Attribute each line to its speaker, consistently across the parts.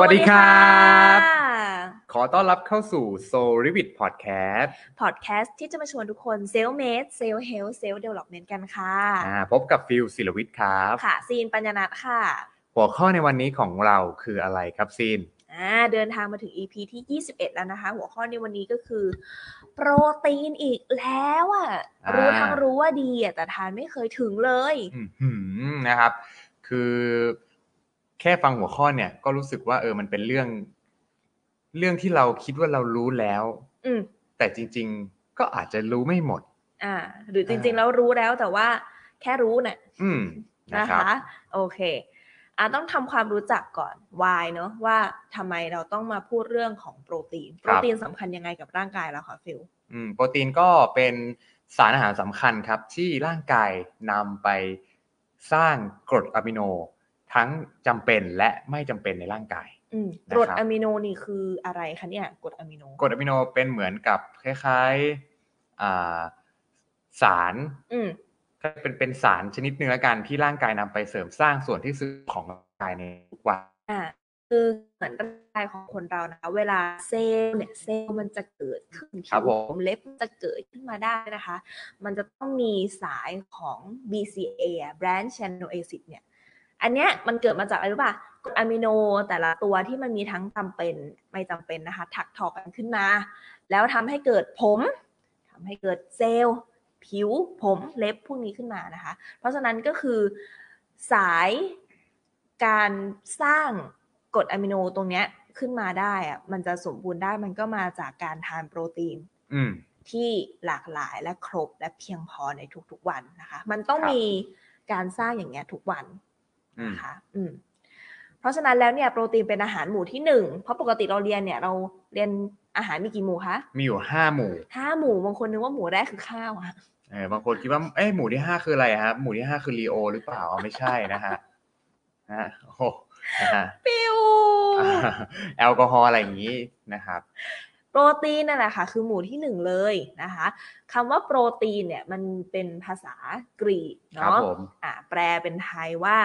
Speaker 1: วัสดีครับขอต้อนรับเข้าสู่ Soul Revit Podcast
Speaker 2: พอดแคสต์ที่จะมาชวนทุกคนเซลเมดเซลเฮลเซลเดเวล็อปเมนต์กันค่ะ
Speaker 1: อ่าพบกับฟิลศิลวิทย์ครับ
Speaker 2: ค่ะ ซีนปัญญานัทค่ะ
Speaker 1: หัวข้อในวันนี้ของเราคืออะไรครับซีน
Speaker 2: อ่าเดินทางมาถึง EP ที่ 21 แล้วนะคะ หัวข้อในวันนี้ก็คือ โปรตีนอีกแล้วอ่ะ
Speaker 1: อ่ารู้
Speaker 2: รู้ทั้งรู้ว่าดีอ่ะแต่ทานไม่เคยถึงเลย
Speaker 1: อื้อหือนะครับ คือแค่ฟังหัวข้อเนี่ยก็รู้สึกว่าเออมันเป็นเรื่อง เรื่องที่เราคิดว่าเรารู้แล้ว
Speaker 2: อืม
Speaker 1: แต่จริง ๆ ก็อาจจะรู้ไม่หมด
Speaker 2: อ่า หรือจริง
Speaker 1: อ่า
Speaker 2: ๆแล้วรู้แล้วแต่ว่าแค่รู้น่ะ
Speaker 1: อืมนะ
Speaker 2: นะครับ คะโอเคอ่ะต้องทำความรู้จักก่อน why เนอะว่าทำไมเราต้องมาพูดเรื่องของโปรตีน โปรตีนสำคัญยังไงกับร่างกายเราคะฟิล
Speaker 1: อืมโปรตีนก็เป็นสารอาหารสำคัญครับ ที่ร่างกายนำไปสร้างกรดอะมิโน ทั้งจำเป็นและไม่จำเป็นในร่างกาย
Speaker 2: อืม
Speaker 1: นะครับ
Speaker 2: กรดอะมิโนนี่คืออะไรคะเนี่ยกรดอะมิโน
Speaker 1: กรดอะมิโนเป็นเหมือนกับคล้ายๆอ่าสาร
Speaker 2: อืม
Speaker 1: เป็นเป็นสารชนิดหนึ่งละกันที่ร่างกายนำไปเสริมสร้างส่วนที่ซื้อของร่างกายในทุกวัน
Speaker 2: อ่าคือเหมือนร่างกายของคนเรานะเวลาเซลล์เนี่ยเซลล์มันจะเกิดขึ้น
Speaker 1: ครับผม
Speaker 2: ผมเล็บมันจะเกิดขึ้นมาได้นะคะ มันจะต้องมีสายของ BCA อะ branch amino acid เนี่ย อันเนี้ยมันเกิดมาจากอะไรรู้ป่ะกรดอะมิโนแต่ละตัวที่มันมีทั้งจำเป็นไม่จำเป็นนะคะ ถักทอกันขึ้นมา แล้วทำให้เกิดผมทำให้เกิดเซลล์ ผิวผมเล็บพวกนี้ขึ้นมานะคะ เพราะฉะนั้นก็คือสายการสร้างกรดอะมิโนตรงเนี้ยขึ้นมาได้อะมันจะสมบูรณ์ได้มันก็มาจากการทานโปรตีน
Speaker 1: อืม
Speaker 2: ที่หลากหลายและครบและเพียงพอในทุกๆวันนะคะ มันต้อง
Speaker 1: ครับ
Speaker 2: มีการสร้างอย่างเงี้ยทุกวัน
Speaker 1: อืม
Speaker 2: นะคะอืมเพราะฉะนั้นแล้วเนี่ยโปรตีนเป็นอาหารหมู่ที่หนึ่งเพราะปกติเราเรียนเนี่ยเราเรียนอาหารมีกี่หมู่คะ
Speaker 1: มีอยู่ห้าหมู่
Speaker 2: ห้าหมู่บางคนนึกว่าหมู่แรกคือข้าวอะ
Speaker 1: เออบางคนคิดว่าเอ้หมู่ที่ห้าคืออะไรครับหมู่ที่ห้าคือลีโอหรือเปล่าอ๋อไม่ใช่นะฮะนะฮะโอ้โหนะฮะ
Speaker 2: ปิว
Speaker 1: อ่า แอลกอฮอล์อะไรอย่างนี้นะครับ
Speaker 2: โปรตีนนั่นแหละค่ะคือหมู่ที่หนึ่งเลยนะคะคำว่าโปรตีนเนี่ยมันเป็นภาษากรีก
Speaker 1: ครับ
Speaker 2: เนาะ
Speaker 1: ผม
Speaker 2: อ่ะแปลเป็นไทยว่า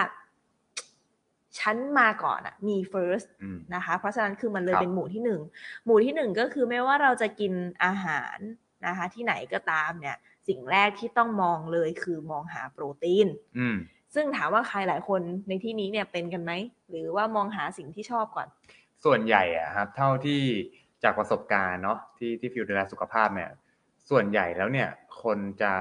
Speaker 2: ฉันมาก่อนอ่ะ มี first
Speaker 1: อืม
Speaker 2: นะคะ เพราะฉะนั้นคือมันเลย
Speaker 1: ครับ
Speaker 2: เป็นหมู่ที่หนึ่งหมู่ที่หนึ่งก็คือไม่ว่าเราจะกินอาหารนะคะ ที่ไหนก็ตามเนี่ย สิ่งแรกที่ต้องมองเลยคือมองหาโปรตีน
Speaker 1: อืม
Speaker 2: ซึ่งถามว่าใครหลายคนในที่นี้เนี่ยเป็นกันไหม หรือว่ามองหาสิ่งที่ชอบก่อน
Speaker 1: ส่วนใหญ่อะครับ เท่าที่จากประสบการณ์เนาะที่ที่ฟิวดูแลสุขภาพเนี่ย ส่วนใหญ่แล้วเนี่ย คนจะ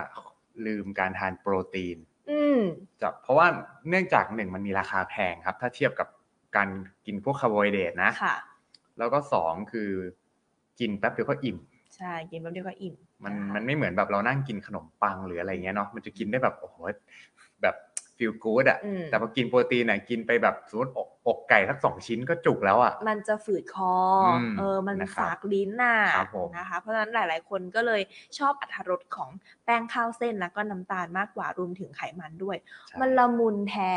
Speaker 1: ลืมการทานโปรตีน
Speaker 2: อืม
Speaker 1: จะเพราะว่าเนื่องจากหนึ่งมันมีราคาแพงครับ ถ้าเทียบกับการกินพวกคาร์โบไฮเดรตนะ
Speaker 2: ค่ะ
Speaker 1: แล้วก็สองคือกินแป๊บเดียวก็อิ่ม
Speaker 2: ใช่กินแป๊บเดียวก็อิ่ม
Speaker 1: มันะ มัน
Speaker 2: คะ
Speaker 1: ไม่เหมือนแบบเรานั่งกินขนมปังหรืออะไรเงี้ยเนาะมันจะกินได้แบบโอ้โหแบบฟิลกู๊ดอะ
Speaker 2: อืม
Speaker 1: แต่พอกินโปรตีนน่ะกินไปแบบสมมติอกอกไก่สักสองชิ้นก็จุกแล้วอ่ะ
Speaker 2: มันจะฝืดคออ
Speaker 1: ม
Speaker 2: เออ มัน
Speaker 1: นะครับ
Speaker 2: ฝากลิ้นน่ะ
Speaker 1: ครับผม
Speaker 2: นะคะ เพราะฉะนั้นหลาย ๆ คนก็เลยชอบอัตรถรสของแป้งข้าวเส้นแล้วก็น้ำตาลมากกว่ารวมถึงไขมันด้วย
Speaker 1: ใช่
Speaker 2: มันละมุนแท้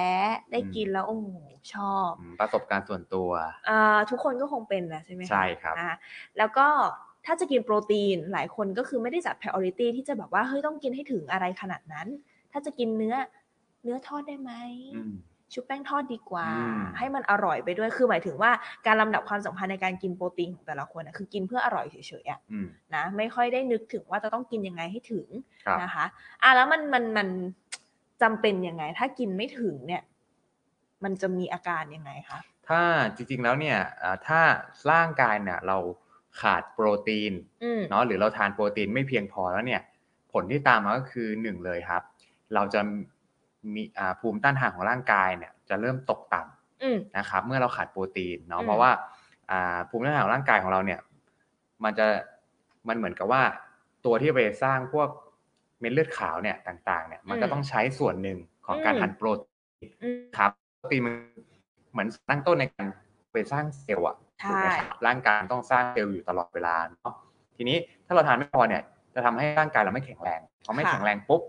Speaker 2: ได้กินแล้วโอ้โหชอบ
Speaker 1: อืมประสบการณ์ส่วนตัว
Speaker 2: เอ่อทุกคนก็คงเป็นนะใช่ไหมะ
Speaker 1: ใช่ครับ
Speaker 2: นะคะแล้วก็ถ้าจะกินโปรตีนหลายคนก็คือไม่ได้จัด priority ที่จะแบบว่าเฮ้ยต้องกินให้ถึงอะไรขนาดนั้น ถ้าจะกินเนื้อเนื้อทอดได้ไหม
Speaker 1: อืม
Speaker 2: ชุบแป้งทอดดีกว่า
Speaker 1: อืม
Speaker 2: ให้มันอร่อยไปด้วย คือหมายถึงว่าการลำดับความสำคัญในการกินโปรตีนของแต่ละคนนะคือกินเพื่ออร่อยเฉยๆอะ
Speaker 1: อืม
Speaker 2: นะไม่ค่อยได้นึกถึงว่าจะต้องกินยังไงให้ถึง
Speaker 1: ครับ
Speaker 2: นะคะอ่ะแล้วมันมันมันจำเป็นยังไง ถ้ากินไม่ถึงเนี่ย มันจะมีอาการยังไงคะ
Speaker 1: ถ้าจริงๆแล้วเนี่ยอ่าถ้าร่างกายเนี่ยเราขาดโปรตีน
Speaker 2: อืม
Speaker 1: เนาะหรือเราทานโปรตีนไม่เพียงพอแล้วเนี่ย ผลที่ตามมาก็คือหนึ่งเลยครับ เราจะมีอ่าภูมิต้านทานของร่างกายเนี่ยจะเริ่มตกต่ำ
Speaker 2: อืม
Speaker 1: นะครับเมื่อเราขาดโปรตีน
Speaker 2: อื
Speaker 1: เนาะ
Speaker 2: ม
Speaker 1: เพราะว่าอ่าภูมิต้านทานของร่างกายของเราเนี่ย มันจะมันเหมือนกับว่า ตัวที่ไปสร้างพวกเม็ดเลือดขาวเนี่ยต่าง ๆ เนี่ย มันก็ต้องใช้ส่วนหนึ่งของการทานโปรตีน
Speaker 2: อืม
Speaker 1: ครับโปรตีนมันเหมือนตั้งต้นในการไปสร้างเซลล์อะ
Speaker 2: ใช่
Speaker 1: ถูกไหมครับร่างกายต้องสร้างเซลล์อยู่ตลอดเวลาเนาะทีนี้ถ้าเราทานไม่พอเนี่ย จะทำให้ร่างกายเราไม่แข็งแรงพอไม่แข็งแรงปุ๊บ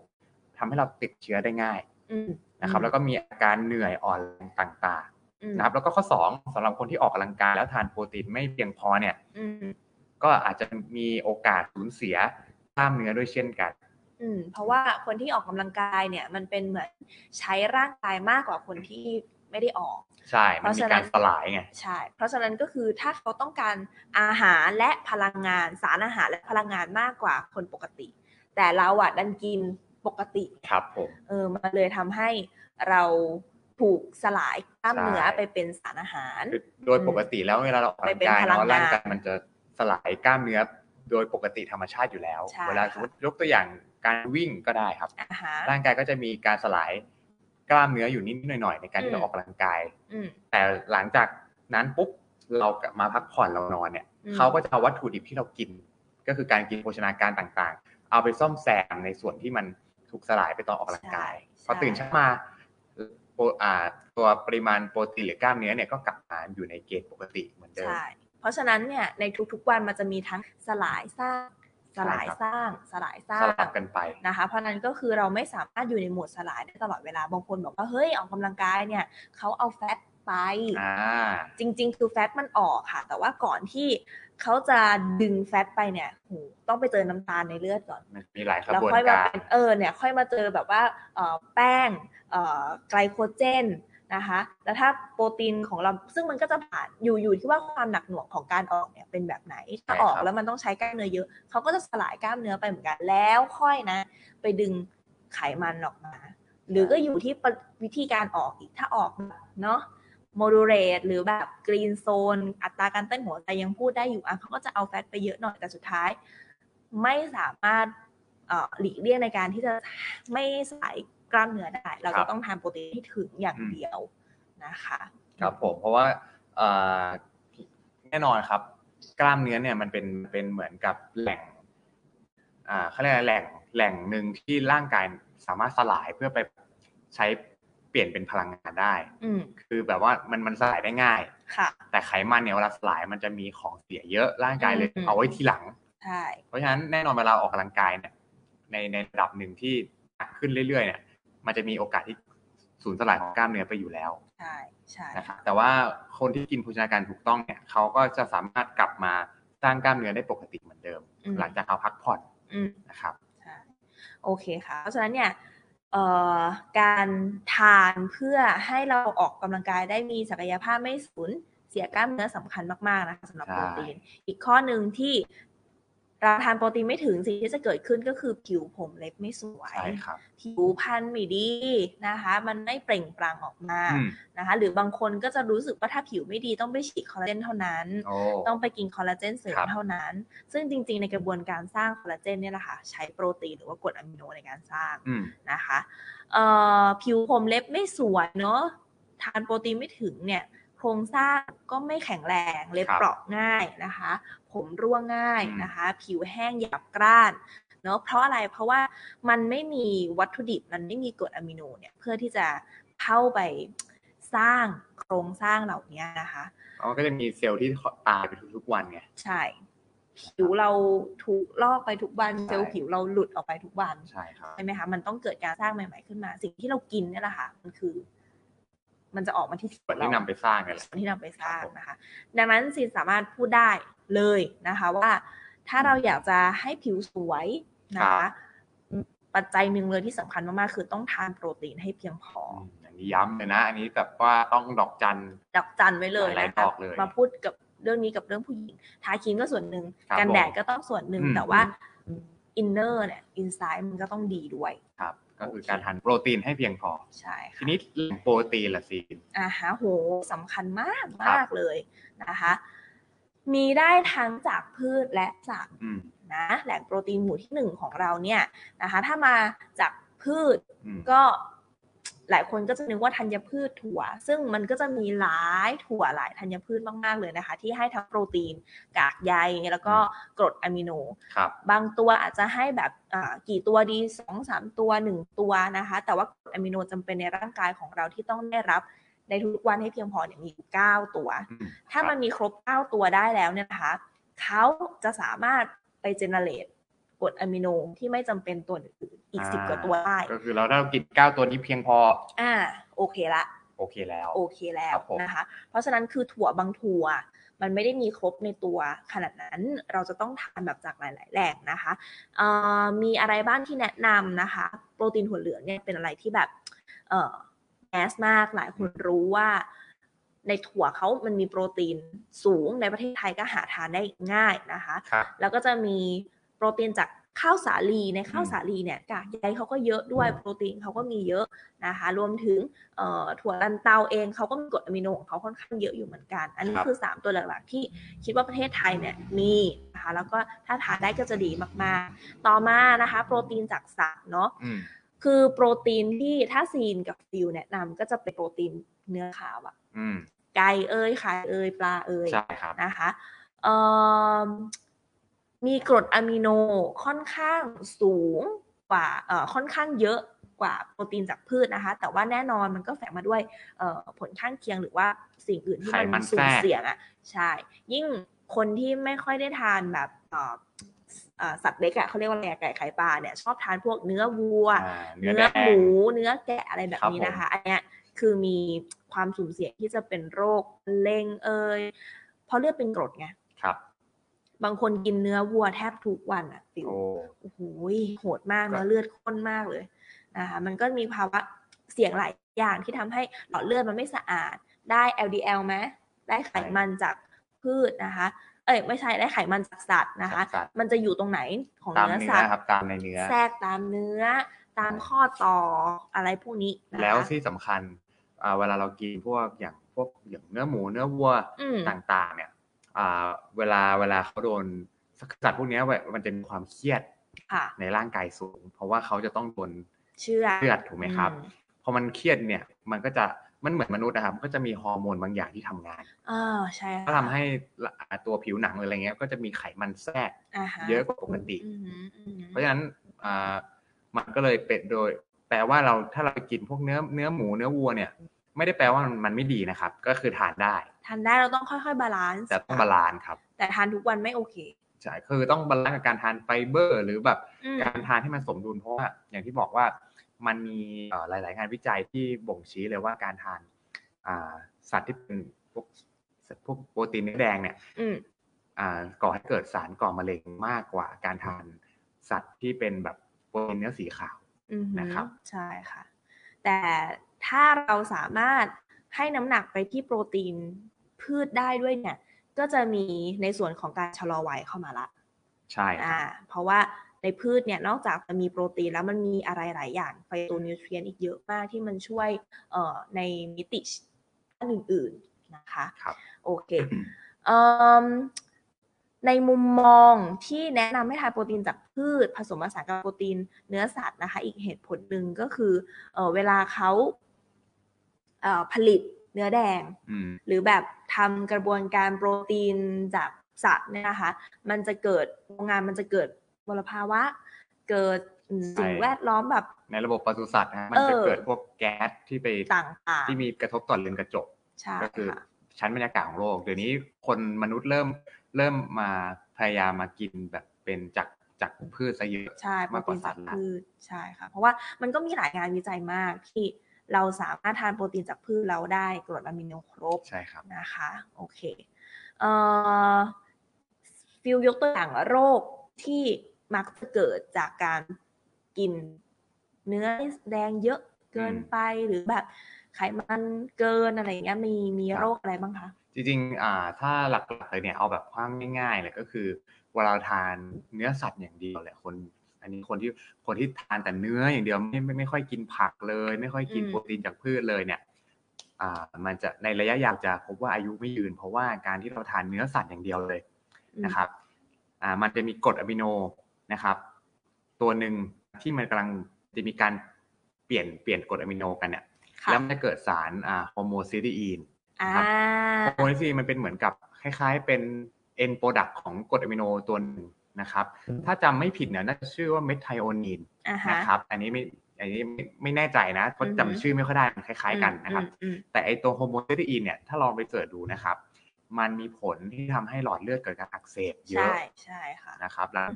Speaker 1: ทำให้เราติดเชื้อได้ง่าย
Speaker 2: อืม
Speaker 1: นะครับ แล้วก็มีอาการเหนื่อยอ่อนแรงต่างๆ
Speaker 2: อืม
Speaker 1: นะครับแล้วก็ข้อสองสำหรับคนที่ออกกำลังกายแล้วทานโปรตีนไม่เพียงพอเนี่ย
Speaker 2: อืม
Speaker 1: ก็อาจจะมีโอกาสสูญเสียกล้ามเนื้อด้วยเช่นกัน
Speaker 2: อืมเพราะว่าคนที่ออกกำลังกายเนี่ย มันเป็นเหมือนใช้ร่างกายมากกว่าคนที่ ไม่ได้ออก
Speaker 1: ใช่ มันมีการสลายไง
Speaker 2: ใช่ เพราะฉะนั้นก็คือถ้าเขาต้องการอาหารและพลังงานสารอาหารและพลังงานมากกว่าคนปกติ แต่เราอะดันกินปกติ
Speaker 1: ครับผม
Speaker 2: เออมันเลยทำให้เราถูกสลายกล้ามเนื้อ
Speaker 1: ใช่
Speaker 2: ไปเป็นสารอาหาร
Speaker 1: คือโดยปกติแล้วเวลาเราออกกำลังกาย
Speaker 2: ไปเป็นพลัง
Speaker 1: เนาะ
Speaker 2: งาน
Speaker 1: ร่างกายมันจะสลายกล้ามเนื้อโดยปกติธรรมชาติอยู่แล้ว
Speaker 2: ใช่
Speaker 1: เวลา
Speaker 2: ค่ะ
Speaker 1: สมมติยกตัวอย่างการวิ่งก็ได้ครับ
Speaker 2: อาหาร
Speaker 1: ร่างกายก็จะมีการสลายกล้ามเนื้ออยู่นิดๆหน่อยๆในการ
Speaker 2: อืม
Speaker 1: ที่เราออกกำลังกาย
Speaker 2: อืม
Speaker 1: แต่หลังจากนั้นปุ๊บเรากลับมาพักผ่อนเรานอนเนี่ย
Speaker 2: อืม
Speaker 1: เขาก็จะเอาวัตถุดิบที่เรากิน ก็คือการกินโภชนาการต่างๆ เอาไปซ่อมแซมในส่วนที่มันถูกสลายไปตอนออกกำลังกาย พ
Speaker 2: ใ
Speaker 1: อ
Speaker 2: ช่
Speaker 1: ตื่นเช้ามาโปรอ่าตัวปริมาณโปรตีนหรือกล้ามเนื้อเนี่ยก็กลับมาอยู่ในเกณฑ์ปกติเหมือนเดิม
Speaker 2: ใช่ เพราะฉะนั้นเนี่ยในทุกๆวันมันจะมีทั้งสลายสร้าง สลาย
Speaker 1: ใช่ครับ
Speaker 2: สร้าง สลายสร้า
Speaker 1: ส
Speaker 2: ง
Speaker 1: ลับกันไป
Speaker 2: นะคะเพราะฉะนั้นก็คือเราไม่สามารถอยู่ในโหมดสลายได้ตลอดเวลาบางคนบอกว่าเฮ้ยออกกำลังกายเนี่ยเขาเอาแฟตไป
Speaker 1: อ่า
Speaker 2: จริง ๆ คือแฟตมันออกค่ะ แต่ว่าก่อนที่เขาจะดึงแฟตไปเนี่ยโหต้องไปเจอน้ำตาลในเลือดก่อน
Speaker 1: มันมีหลายข
Speaker 2: แล้ว
Speaker 1: บวน
Speaker 2: ค่อยมา
Speaker 1: การ
Speaker 2: เป็นเออเนี่ยค่อยมาเจอแบบว่าเอ่อแป้งเอ่อไกลโคเจนนะคะแล้วถ้าโปรตีนของเราซึ่งมันก็จะผ่านอยู่อยู่ที่ว่าความหนักหน่วงของการออกเนี่ยเป็นแบบไหนถ้าออก
Speaker 1: ใช่ครับ
Speaker 2: แล้วมันต้องใช้กล้ามเนื้อเยอะเขาก็จะสลายกล้ามเนื้อไปเหมือนกันแล้วค่อยนะ ไปดึงไขมันออกมา หรือก็อยู่ที่ปะวิธีการออกอีกถ้าออกแบบเนาะโมดูเลตหรือแบบกรีนโซน อัตราการเต้นหัวใจยังพูดได้อยู่อ่ะเขาก็จะเอาแฟตไปเยอะหน่อยแต่สุดท้าย ไม่สามารถเอ่อหลีกเลี่ยงในการที่จะไม่สลายกล้ามเนื้อได้ เรา
Speaker 1: ครั
Speaker 2: จะ
Speaker 1: บ
Speaker 2: ต้องทานโปรตีนให้ถึงอย่างเดียวนะคะ
Speaker 1: ครับผมเพราะว่าเอ่อแน่นอนครับ กล้ามเนื้อเนี่ยมันเป็นเป็นเหมือนกับแหล่งอ่าเขาเรียกอะไรแหล่งแหล่งหนึ่งที่ร่างกายสามารถสลายเพื่อไปใช้เปลี่ยนเป็นพลังงานได้
Speaker 2: อืม
Speaker 1: คือแบบว่ามันมันสลายได้ง่าย
Speaker 2: ค่ะ
Speaker 1: แต่ไขมันเนี่ยเวลาสลายมันจะมีของเสียเยอะร่างกายเลย
Speaker 2: อืม
Speaker 1: เอาไว้ทีหลัง
Speaker 2: ใช่
Speaker 1: เพราะฉะนั้นแน่นอนเวลาออกกำลังกายเนี่ยในในระดับหนึ่งที่หนักขึ้นเรื่อยๆเนี่ย มันจะมีโอกาสที่สูญสลายของกล้ามเนื้อไปอยู่แล้ว
Speaker 2: ใช่ใช่
Speaker 1: นะครับแต่ว่าคนที่กินโภชนาการถูกต้องเนี่ยเขาก็จะสามารถกลับมาสร้างกล้ามเนื้อได้ปกติเหมือนเดิม
Speaker 2: อืม
Speaker 1: หลังจากเขาพักผ่อน
Speaker 2: อืม
Speaker 1: นะครับ
Speaker 2: ใช่โอเคค่ะ เพราะฉะนั้นเนี่ยเอ่อการทานเพื่อให้เราออกกำลังกายได้มีศักยภาพไม่สูญเสียกล้ามเนื้อสำคัญมากๆนะคะสำหรับ
Speaker 1: ใช่
Speaker 2: โปรตีน อีกข้อหนึ่งที่เราทานโปรตีนไม่ถึงสิ่งที่จะเกิดขึ้นก็คือผิวผมเล็บไม่สวย
Speaker 1: ใช่ครับ
Speaker 2: ผิวพรรณไม่ดีนะคะ มันไม่เปล่งปลั่งออกมา
Speaker 1: อืม
Speaker 2: นะคะ หรือบางคนก็จะรู้สึกว่าถ้าผิวไม่ดีต้องไปฉีดคอลลาเจนเท่านั้น
Speaker 1: โอ้
Speaker 2: ต้องไปกินคอลลาเจนเสริม
Speaker 1: ครับ
Speaker 2: เท่านั้น ซึ่งจริงๆ ในกระบวนการสร้างคอลลาเจนเนี่ยแหละค่ะ ใช้โปรตีนหรือว่ากรดอะมิโนในการสร้าง
Speaker 1: อืม
Speaker 2: นะคะเอ่อผิวผมเล็บไม่สวยเนาะ ทานโปรตีนไม่ถึงเนี่ย โครงสร้างก็ไม่แข็งแรง เล็บเปราะง่ายนะคะ ผมร่วงง่ายนะคะ ผิวแห้งหยาบกร้าน เนาะ เพราะอะไร เพราะว่ามันไม่มีวัตถุดิบ มันไม่มีกรดอะมิโนเนี่ย เพื่อที่จะเข้าไปสร้างโครงสร้างเหล่านี้นะคะ
Speaker 1: มันก็จะมีเซลล์ที่ตายไปทุกๆวันไง
Speaker 2: ใช่ ผิวเราถูกลอกไปทุกวัน
Speaker 1: ใช่
Speaker 2: เซลล์ผิวเราหลุดออกไปทุกวัน
Speaker 1: ใช่ครับ
Speaker 2: ใช่ไหมคะมันต้องเกิดการสร้างใหม่ ๆขึ้นมา สิ่งที่เรากินเนี่ยแหละค่ะมันคือ มันจะออกมาที่ผิว
Speaker 1: ส่วน
Speaker 2: เรา
Speaker 1: ที่นำไปสร้างเนี่ยแหละ
Speaker 2: ส่วนที่นำไปสร้าง
Speaker 1: ครับผม
Speaker 2: นะคะ ดังนั้นสินสามารถพูดได้เลยนะคะ ว่าถ้าเราอยากจะให้ผิวสวยนะคะปัจจัยหนึ่งเลยที่สำคัญมากๆคือต้องทานโปรตีนให้เพียงพอ
Speaker 1: อืมอันนี้ย้ำเลยนะ อันนี้แบบว่าต้องดอกจัน
Speaker 2: ดอกจันไว้เลย
Speaker 1: หลาย
Speaker 2: นะ
Speaker 1: ๆ
Speaker 2: คะ
Speaker 1: ดอกเลย
Speaker 2: มาพูดกับเรื่องนี้กับเรื่องผู้หญิง ทาครีมก็ส่วนหนึ่ง
Speaker 1: ครับ
Speaker 2: การแดด
Speaker 1: ผม
Speaker 2: ก็ต้องส่วนหนึ่ง
Speaker 1: อืม
Speaker 2: แต่ว่าอินเนอร์เนี่ยอินไซด์มันก็ต้องดีด้วย
Speaker 1: ครับ ก็คือการทานโปรตีนให้เพียงพอ
Speaker 2: ใช่
Speaker 1: ที
Speaker 2: ค่ะ
Speaker 1: นี้แหล่งโปรตีนล่ะสิ
Speaker 2: อ่าฮะโหสำคัญมาก
Speaker 1: ครับ
Speaker 2: มากเลยนะคะ มีได้ทั้งจากพืชและสัตว์
Speaker 1: อืม
Speaker 2: นะแหล่งโปรตีนหมู่ที่หนึ่งของเราเนี่ยนะคะ ถ้ามาจากพืช
Speaker 1: อืม
Speaker 2: ก็หลายคนก็จะนึกว่าธัญพืชถั่ว ซึ่งมันก็จะมีหลายถั่วหลายธัญพืชมาก ๆ เลยนะคะ ที่ให้ทั้งโปรตีน กากใยแล้วก็
Speaker 1: อื
Speaker 2: กรดอะมิโน
Speaker 1: ครับ
Speaker 2: บางตัวอาจจะให้แบบอ่ากี่ตัวดีสองสามตัวหนึ่งตัวนะคะ แต่ว่ากรดอะมิโนจำเป็นในร่างกายของเราที่ต้องได้รับในทุกวันให้เพียงพอเนี่ยมีอยู่เก้าตัว
Speaker 1: อืม
Speaker 2: ถ้า
Speaker 1: ครับ
Speaker 2: มันมีครบ 9 ตัวได้แล้วเนี่ยนะคะ เขาจะสามารถไปเจเนเรตกรดอะมิโนที่ไม่จำเป็นตัวอื่นๆอีก 10 กว่าตัวได้
Speaker 1: ก็คือเราถ้าเรากินก้าวตัวนี้เพียงพอ
Speaker 2: อ่าโอเคละ
Speaker 1: โอเคแล้ว
Speaker 2: โอเคแล้
Speaker 1: คว รับผม
Speaker 2: นะคะ เพราะฉะนั้นคือถั่วบางถั่ว มันไม่ได้มีครบในตัวขนาดนั้นเราจะต้องทานแบบจากหลาย ๆ แหล่งนะคะเอ่อมีอะไรบ้างที่แนะนำนะคะ โปรตีนถั่วเหลืองเนี่ยเป็นอะไรที่แบบเอ่อ แมสมาก หลายคนรู้ว่า ในถั่วเขามันมีโปรตีนสูงในประเทศไทยก็หาทานได้ง่ายนะคะ
Speaker 1: ครับ
Speaker 2: แล้วก็จะมีโปรตีนจากข้าวสาลีในข้าวสาลีเนี่ยกากใยเขาก็เยอะด้วยโปรตีนเขาก็มีเยอะนะคะ รวมถึงเอ่อถั่วลันเตาเองเขาก็มีกรดอะมิโนของเขาค่อนข้างเยอะอยู่เหมือนกัน อันนี้
Speaker 1: ครับ
Speaker 2: คือ 3 ตัวหลักๆ ที่คิดว่าประเทศไทยเนี่ยมีนะคะแล้วก็ถ้าทานได้ก็จะดีมากๆ ต่อมานะคะ โปรตีนจากสัตว์เนาะ
Speaker 1: อืม
Speaker 2: คือโปรตีนที่ถ้าซีนกับฟิวแนะนำก็จะเป็นโปรตีนเนื้อขาวอะ
Speaker 1: อืม
Speaker 2: ไก่เอ้ยไข่เอ้ยปลาเอ้ย
Speaker 1: ใช่ครับ
Speaker 2: นะคะเอิ่มมีกรดอะมิโนค่อนข้างสูงกว่าเอ่อค่อนข้างเยอะกว่าโปรตีนจากพืชนะคะ แต่ว่าแน่นอนมันก็แฝงมาด้วยเอ่อผลข้างเคียงหรือว่าสิ่งอื่นที่
Speaker 1: ไขมั
Speaker 2: มัน
Speaker 1: น
Speaker 2: สู
Speaker 1: แทรง ก
Speaker 2: เสี่ยงอ่ะใช่ ยิ่งคนที่ไม่ค่อยได้ทานแบบเอ่อเอ่อสัตว์เล็กอะเขาเรียกว่าอะไรอะไก่ไข่ปลาเนี่ยชอบทานพวกเนื้อวัว
Speaker 1: อ่าเนื้
Speaker 2: เนื้
Speaker 1: อ
Speaker 2: อ
Speaker 1: แด
Speaker 2: ห
Speaker 1: ง
Speaker 2: มู เนื้อแกะอะไรแบบนี้
Speaker 1: ครับผม
Speaker 2: นะคะ อันเนี้ยคือมีความสุ่มเสี่ยงที่จะเป็นโรคเล็งเอ่ยเพราะเลือดเป็นกรดไง
Speaker 1: ครับ
Speaker 2: บางคนกินเนื้อวัวแทบทุกวันอ่ะติว
Speaker 1: โอ้
Speaker 2: โอ้โหโหดมาก
Speaker 1: ครับ
Speaker 2: เนื้อเลือดข้นมากเลยนะคะ มันก็มีภาวะเสี่ยงหลายอย่างที่ทำให้หลอดเลือดมันไม่สะอาด ได้ LDL ไหมได้ไขมันจากพืชนะคะ เอ้ยไม่ใช่ได้ไขมันจากสัตว์นะคะ
Speaker 1: สัตว์
Speaker 2: มันจะอยู่ตรงไหนของ
Speaker 1: ตาม
Speaker 2: เนื้อ
Speaker 1: เนื้
Speaker 2: สั
Speaker 1: อ
Speaker 2: ตว์
Speaker 1: ครับตามในเนื้อ
Speaker 2: แทรกตามเนื้อตามข้อต่ออะไรพวกนี้นะคะ
Speaker 1: แล้วที่สำคัญอ่าเวลาเรากินพวกอย่างพวกอย่างเนื้อหมูเนื้อวัว
Speaker 2: อืม
Speaker 1: ต่างๆ เนี่ยอ่าเวลาเวลาเขาโดนสัตว์พวกเนี้ยเว้ยมันจะมีความเครียด
Speaker 2: ค่ะ
Speaker 1: ในร่างกายสูง เพราะว่าเขาจะต้องโดน
Speaker 2: เชื่อ
Speaker 1: เลือดถูกไหมครับ
Speaker 2: อื
Speaker 1: พอมันเครียดเนี่ยมันก็จะมันเหมือนมนุษย์นะครับมันก็จะมีฮอร์โมนบางอย่างที่ทำงาน
Speaker 2: อ่าใช่ค่ะ
Speaker 1: ก็ทำให้ละอ่าตัวผิวหนังหรืออะไรเงี้ยก็จะมีไขมันแทรก
Speaker 2: าฮ
Speaker 1: เยอะกว่าปกติ
Speaker 2: อืมอืม
Speaker 1: เพราะฉะนั้นอ่ามันก็เลยเป็นโดย แปลว่าเราถ้าเรากินพวกเนื้อเนื้อหมูเนื้อวัวเนี่ย ไม่ได้แปลว่ามันมันไม่ดีนะครับ ก็คือทานได้
Speaker 2: ทานได้เราต้องค่อยๆบาลานซ์
Speaker 1: แต่ต้องบาลานซ์ครับ
Speaker 2: แต่ทานทุกวันไม่โอเค
Speaker 1: ใช่คือต้องบาลานซ์กับการทานไฟเบอร์ หรือแบบ
Speaker 2: อืม
Speaker 1: การทานให้มันสมดุลเพราะว่าอย่างที่บอกว่ามันมีเอ่อหลาย ๆ งานวิจัยที่บ่งชี้เลยว่าการทานอ่าสัตว์ที่เป็นพวกพวกโปรตีนเนื้อแดงเนี่ย
Speaker 2: อืม
Speaker 1: อ่าก่อให้เกิดสารก่อมะเร็งมากกว่าการทานสัตว์ที่เป็นแบบโปรตีนเนื้อสีขาว
Speaker 2: อืม
Speaker 1: นะครับ
Speaker 2: ใช่ค่ะ แต่ถ้าเราสามารถให้น้ำหนักไปที่โปรตีนพืชได้ด้วยเนี่ย ก็จะมีในส่วนของการชะลอวัยเข้ามาละ
Speaker 1: ใช่ค
Speaker 2: อ่า
Speaker 1: รับ
Speaker 2: เพราะว่าในพืชเนี่ยนอกจากจะมีโปรตีนแล้วมันมีอะไรหลายอย่างไฟโตนิวเทรียนอีกเยอะมากที่มันช่วยเอ่อในมิติด้านอื่นๆนะคะ
Speaker 1: ครับ
Speaker 2: โอเคเอิ่มในมุมมองที่แนะนำให้ทานโปรตีนจากพืช ผสมผสานกับโปรตีนเนื้อสัตว์นะคะ อีกเหตุผลหนึ่งก็คือเอ่อเวลาเขาเอ่อผลิตเนื้อแดง
Speaker 1: อืม
Speaker 2: หรือแบบทำกระบวนการโปรตีนจากสัตว์เนี่ยนะคะ มันจะเกิดโรงงานมันจะเกิดมลภาวะ เกิดอืม
Speaker 1: ใช่
Speaker 2: สิ่งแวดล้อมแบบ
Speaker 1: ในระบบปศุสัตว์นะฮะมันจะ
Speaker 2: เออ
Speaker 1: เกิดพวกแก๊สที่ไป
Speaker 2: ต่าง
Speaker 1: ที่มีกระทบต่อเรือนกระจก
Speaker 2: ๆ ใช่
Speaker 1: ก็คือ
Speaker 2: ค่ะ
Speaker 1: ชั้นบรรยากาศของโลกเดี๋ยวนี้คนมนุษย์เริ่มเริ่มมาพยายามมากินแบบเป็นจากจากพืชซะเยอะ
Speaker 2: ใช่โปร
Speaker 1: มากกว่า
Speaker 2: ตี
Speaker 1: น สั
Speaker 2: จา
Speaker 1: ต
Speaker 2: ก
Speaker 1: ว์ละ
Speaker 2: พืชใช่ค่ะ เพราะว่ามันก็มีหลายงานวิจัยมากที่เราสามารถทานโปรตีนจากพืชแล้วได้กรดอะมิโนครบ
Speaker 1: ใช่ครับ
Speaker 2: นะคะโอเคเอ่อฟิลยกตัวอย่างโรคที่มักจะเกิดจากการกินเนื้อแดงเยอะเกินไปหรือแบบไขมันเกินอะไรอย่างเงี้ยมีมี
Speaker 1: ครับ
Speaker 2: โรคอะไรบ้างคะ
Speaker 1: จริงๆอ่าถ้าหลักๆเลยเนี่ยเอาแบบความง่ายๆเลยก็คือเวลาเราทานเนื้อสัตว์อย่างเดียวแหละคน อันนี้คนที่คนที่ทานแต่เนื้ออย่างเดียวไม่ไม่ไม่ค่อยกินผักเลย ไม่ค่อยกินโปรตีนจากพืชเลยเนี่ยอ่ามันจะในระยะยาวจะพบว่าอายุไม่ยืน เพราะว่าการที่เราทานเนื้อสัตว์อย่างเดียวเลยนะครับอ่ามันจะมีกรดอะมิโนนะครับ ตัวหนึ่งที่มันกำลังจะมีการเปลี่ยนเปลี่ยนกรดอะมิโนกันเนี่ย
Speaker 2: ค่ะ
Speaker 1: แล้วมันจะเกิดสารอ่าโฮโมซิดีอีน
Speaker 2: อ่า
Speaker 1: โอลิซีมันเป็นเหมือนกับคล้ายๆ เป็น end product ของกรดอะมิโนตัวหนึ่งนะครับ ถ้าจำไม่ผิดเนี่ยน่าจะชื่อว่าเมทไทโอนีน
Speaker 2: อ่าฮะ
Speaker 1: นะครับ อันนี้ไม่อันนี้ไม่ไม่แน่ใจนะเพราะ
Speaker 2: อือหือ
Speaker 1: จำชื่อไม่ค่อยได้มันคล้ายๆกันนะครับ
Speaker 2: อืม
Speaker 1: แต่ไอตัวโฮโมเซติอีนเนี่ยถ้าลองไปเสิร์ชดูนะครับ มันมีผลที่ทำให้หลอดเลือดเกิดการอักเสบ
Speaker 2: อืม
Speaker 1: เย
Speaker 2: ใช่
Speaker 1: อะ
Speaker 2: ใช่ค่ะ
Speaker 1: นะครับแล้ว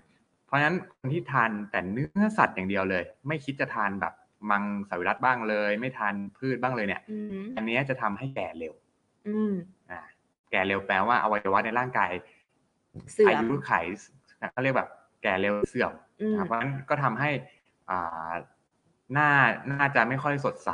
Speaker 1: เพราะฉะนั้นคนที่ทานแต่เนื้อสัตว์อย่างเดียวเลย ไม่คิดจะทานแบบมังสวิรัตบ้างเลย ไม่ทานพืชบ้างเลยเนี่ย
Speaker 2: อืม
Speaker 1: อันเนี้ยจะทำให้แก่เร็ว
Speaker 2: อืม
Speaker 1: อ่าแก่เร็วแปลว่าอวัยวะในร่างกาย
Speaker 2: เสื่อ
Speaker 1: อาม ยุไขยเขาเรียกแบบแก่เร็วเสื่อม
Speaker 2: อืม
Speaker 1: นะครับเพราะฉะนั้นก็ทำให้อ่า หน้าหน้าจะไม่ค่อยสดใส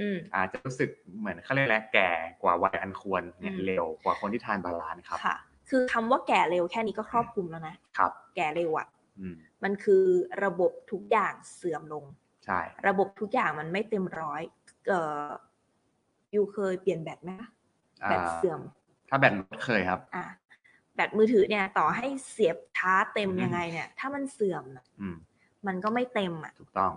Speaker 2: อืม
Speaker 1: อาจจะรู้สึกเหมือนเขาเรียกอะไรแก่กว่าวัยอันควรเนี่ย
Speaker 2: อืม
Speaker 1: เร็วกว่าคนที่ทานบาลานซ์ครับ
Speaker 2: ค่ะ คือคำว่าแก่เร็วแค่นี้ก็ครอบคลุมแล้วนะ
Speaker 1: ครับ
Speaker 2: แก่เร็วอะ
Speaker 1: อืม
Speaker 2: มันคือระบบทุกอย่างเสื่อมลง
Speaker 1: ใช่
Speaker 2: ระบบทุกอย่างมันไม่เต็มร้อยเอ่อยูเคยเปลี่ยนแบตไหมคะ
Speaker 1: อ่า
Speaker 2: แบตเสื่อม
Speaker 1: ถ้าแบตรถเคยครับ
Speaker 2: อ่ะแบตมือถือเนี่ยต่อให้เสียบชาร์จเต็ม
Speaker 1: อืม
Speaker 2: ยังไงเนี่ย ถ้ามันเสื่อมน่ะ
Speaker 1: อืม
Speaker 2: มันก็ไม่เต็มอ่ะ
Speaker 1: ถูกต้อง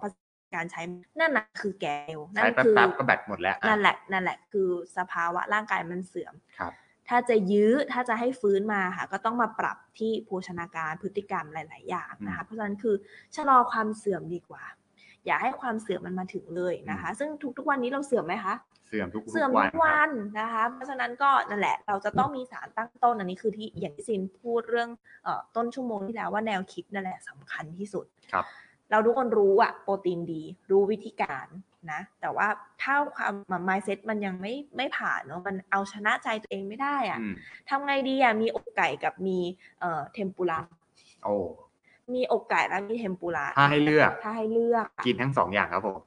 Speaker 2: การใช้นั่นนะคือแกวนั่
Speaker 1: ใช้
Speaker 2: น
Speaker 1: แป๊บ
Speaker 2: คื
Speaker 1: ๆก็แบตหมดแล้วอ่ะ
Speaker 2: นั่นแหละนั่นแหละคือสภาวะร่างกายมันเสื่อม
Speaker 1: ครับ
Speaker 2: ถ้าจะยื้อถ้าจะให้ฟื้นมาค่ะ ก็ต้องมาปรับที่โภชนาการพฤติกรรมหลาย ๆ อย่างนะคะ เพราะฉะนั้นคือชะลอความเสื่อมดีกว่า อย่าให้ความเสื่อมมันมาถึงเลยนะคะ ซึ่งทุก ๆ วันนี้เราเสื่อมไหมคะ
Speaker 1: เสื่อมทุก
Speaker 2: เสื่อม
Speaker 1: วั
Speaker 2: ทุ
Speaker 1: น
Speaker 2: ก
Speaker 1: ค
Speaker 2: วั
Speaker 1: รับ
Speaker 2: นนะคะ เพราะฉะนั้นก็นั่นแหละ เราจะต้องมีสารตั้งต้นอันนี้คือที่อย่างที่ซินพูดเรื่องเออต้นชั่วโมงที่แล้วว่าแนวคิดนั่นแหละสำคัญที่สุด
Speaker 1: ครับ
Speaker 2: เราทุกคนรู้อะโปรตีนดีรู้วิธีการนะ แต่ว่าถ้าความมา mindset มันยังไม่ไม่ผ่านเนาะมันเอาชนะใจตัวเองไม่ได้อะ
Speaker 1: อืม
Speaker 2: ทำไงดีอะมีอกไก่กับมีเอ่อเทมปุระ
Speaker 1: โอ้
Speaker 2: มีอกไก่แล้วมีเทมปุระ
Speaker 1: ถ้าให้เลือก
Speaker 2: ถ้าให้เลือกอะ
Speaker 1: กินทั้งสองอย่างครับผม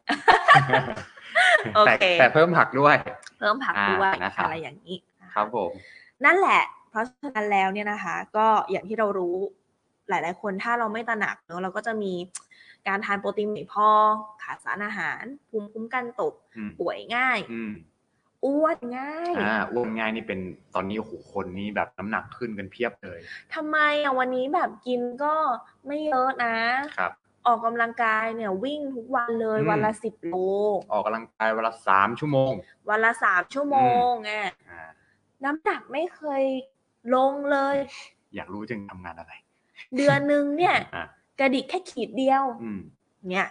Speaker 2: โอ
Speaker 1: แต่
Speaker 2: เค
Speaker 1: แต่เพิ่มผักด้วย
Speaker 2: เพิ่มผักด้วย
Speaker 1: อ่านะครับ
Speaker 2: อะไรอย่างนี้นะ
Speaker 1: ค
Speaker 2: คะ
Speaker 1: รับผม
Speaker 2: นั่นแหละ เพราะฉะนั้นแล้วเนี่ยนะคะ ก็อย่างที่เรารู้หลาย ๆ คนถ้าเราไม่ตระหนักเนอะเราก็จะมีการทานโปรตีนไม่พอขาดสารอาหาร ภูมิคุ้มกันตก
Speaker 1: อืม
Speaker 2: ป่วยง่าย
Speaker 1: อืม
Speaker 2: อ้วนง่าย
Speaker 1: อ่าอ้วนง่ายนี่เป็นตอนนี้โอ้โหคนนี่แบบน้ำหนักขึ้นกันเพียบเลย
Speaker 2: ทำไมอ่ะวันนี้แบบกินก็ไม่เยอะนะ
Speaker 1: ครับ
Speaker 2: ออกกำลังกายเนี่ยวิ่งทุกวันเลย
Speaker 1: อืม
Speaker 2: วันละสิบโล
Speaker 1: ออกกำลังกายวันละสามชั่วโมง
Speaker 2: วันละสามชั่วโมงไง
Speaker 1: อ่า
Speaker 2: น้ำหนักไม่เคยลงเลย
Speaker 1: อยากรู้จึงทำงานอะไร
Speaker 2: เดือนหนึงเนี่ย
Speaker 1: อ่าก
Speaker 2: ระดิกแค่ขีดเดียว
Speaker 1: อืม
Speaker 2: เนี่ย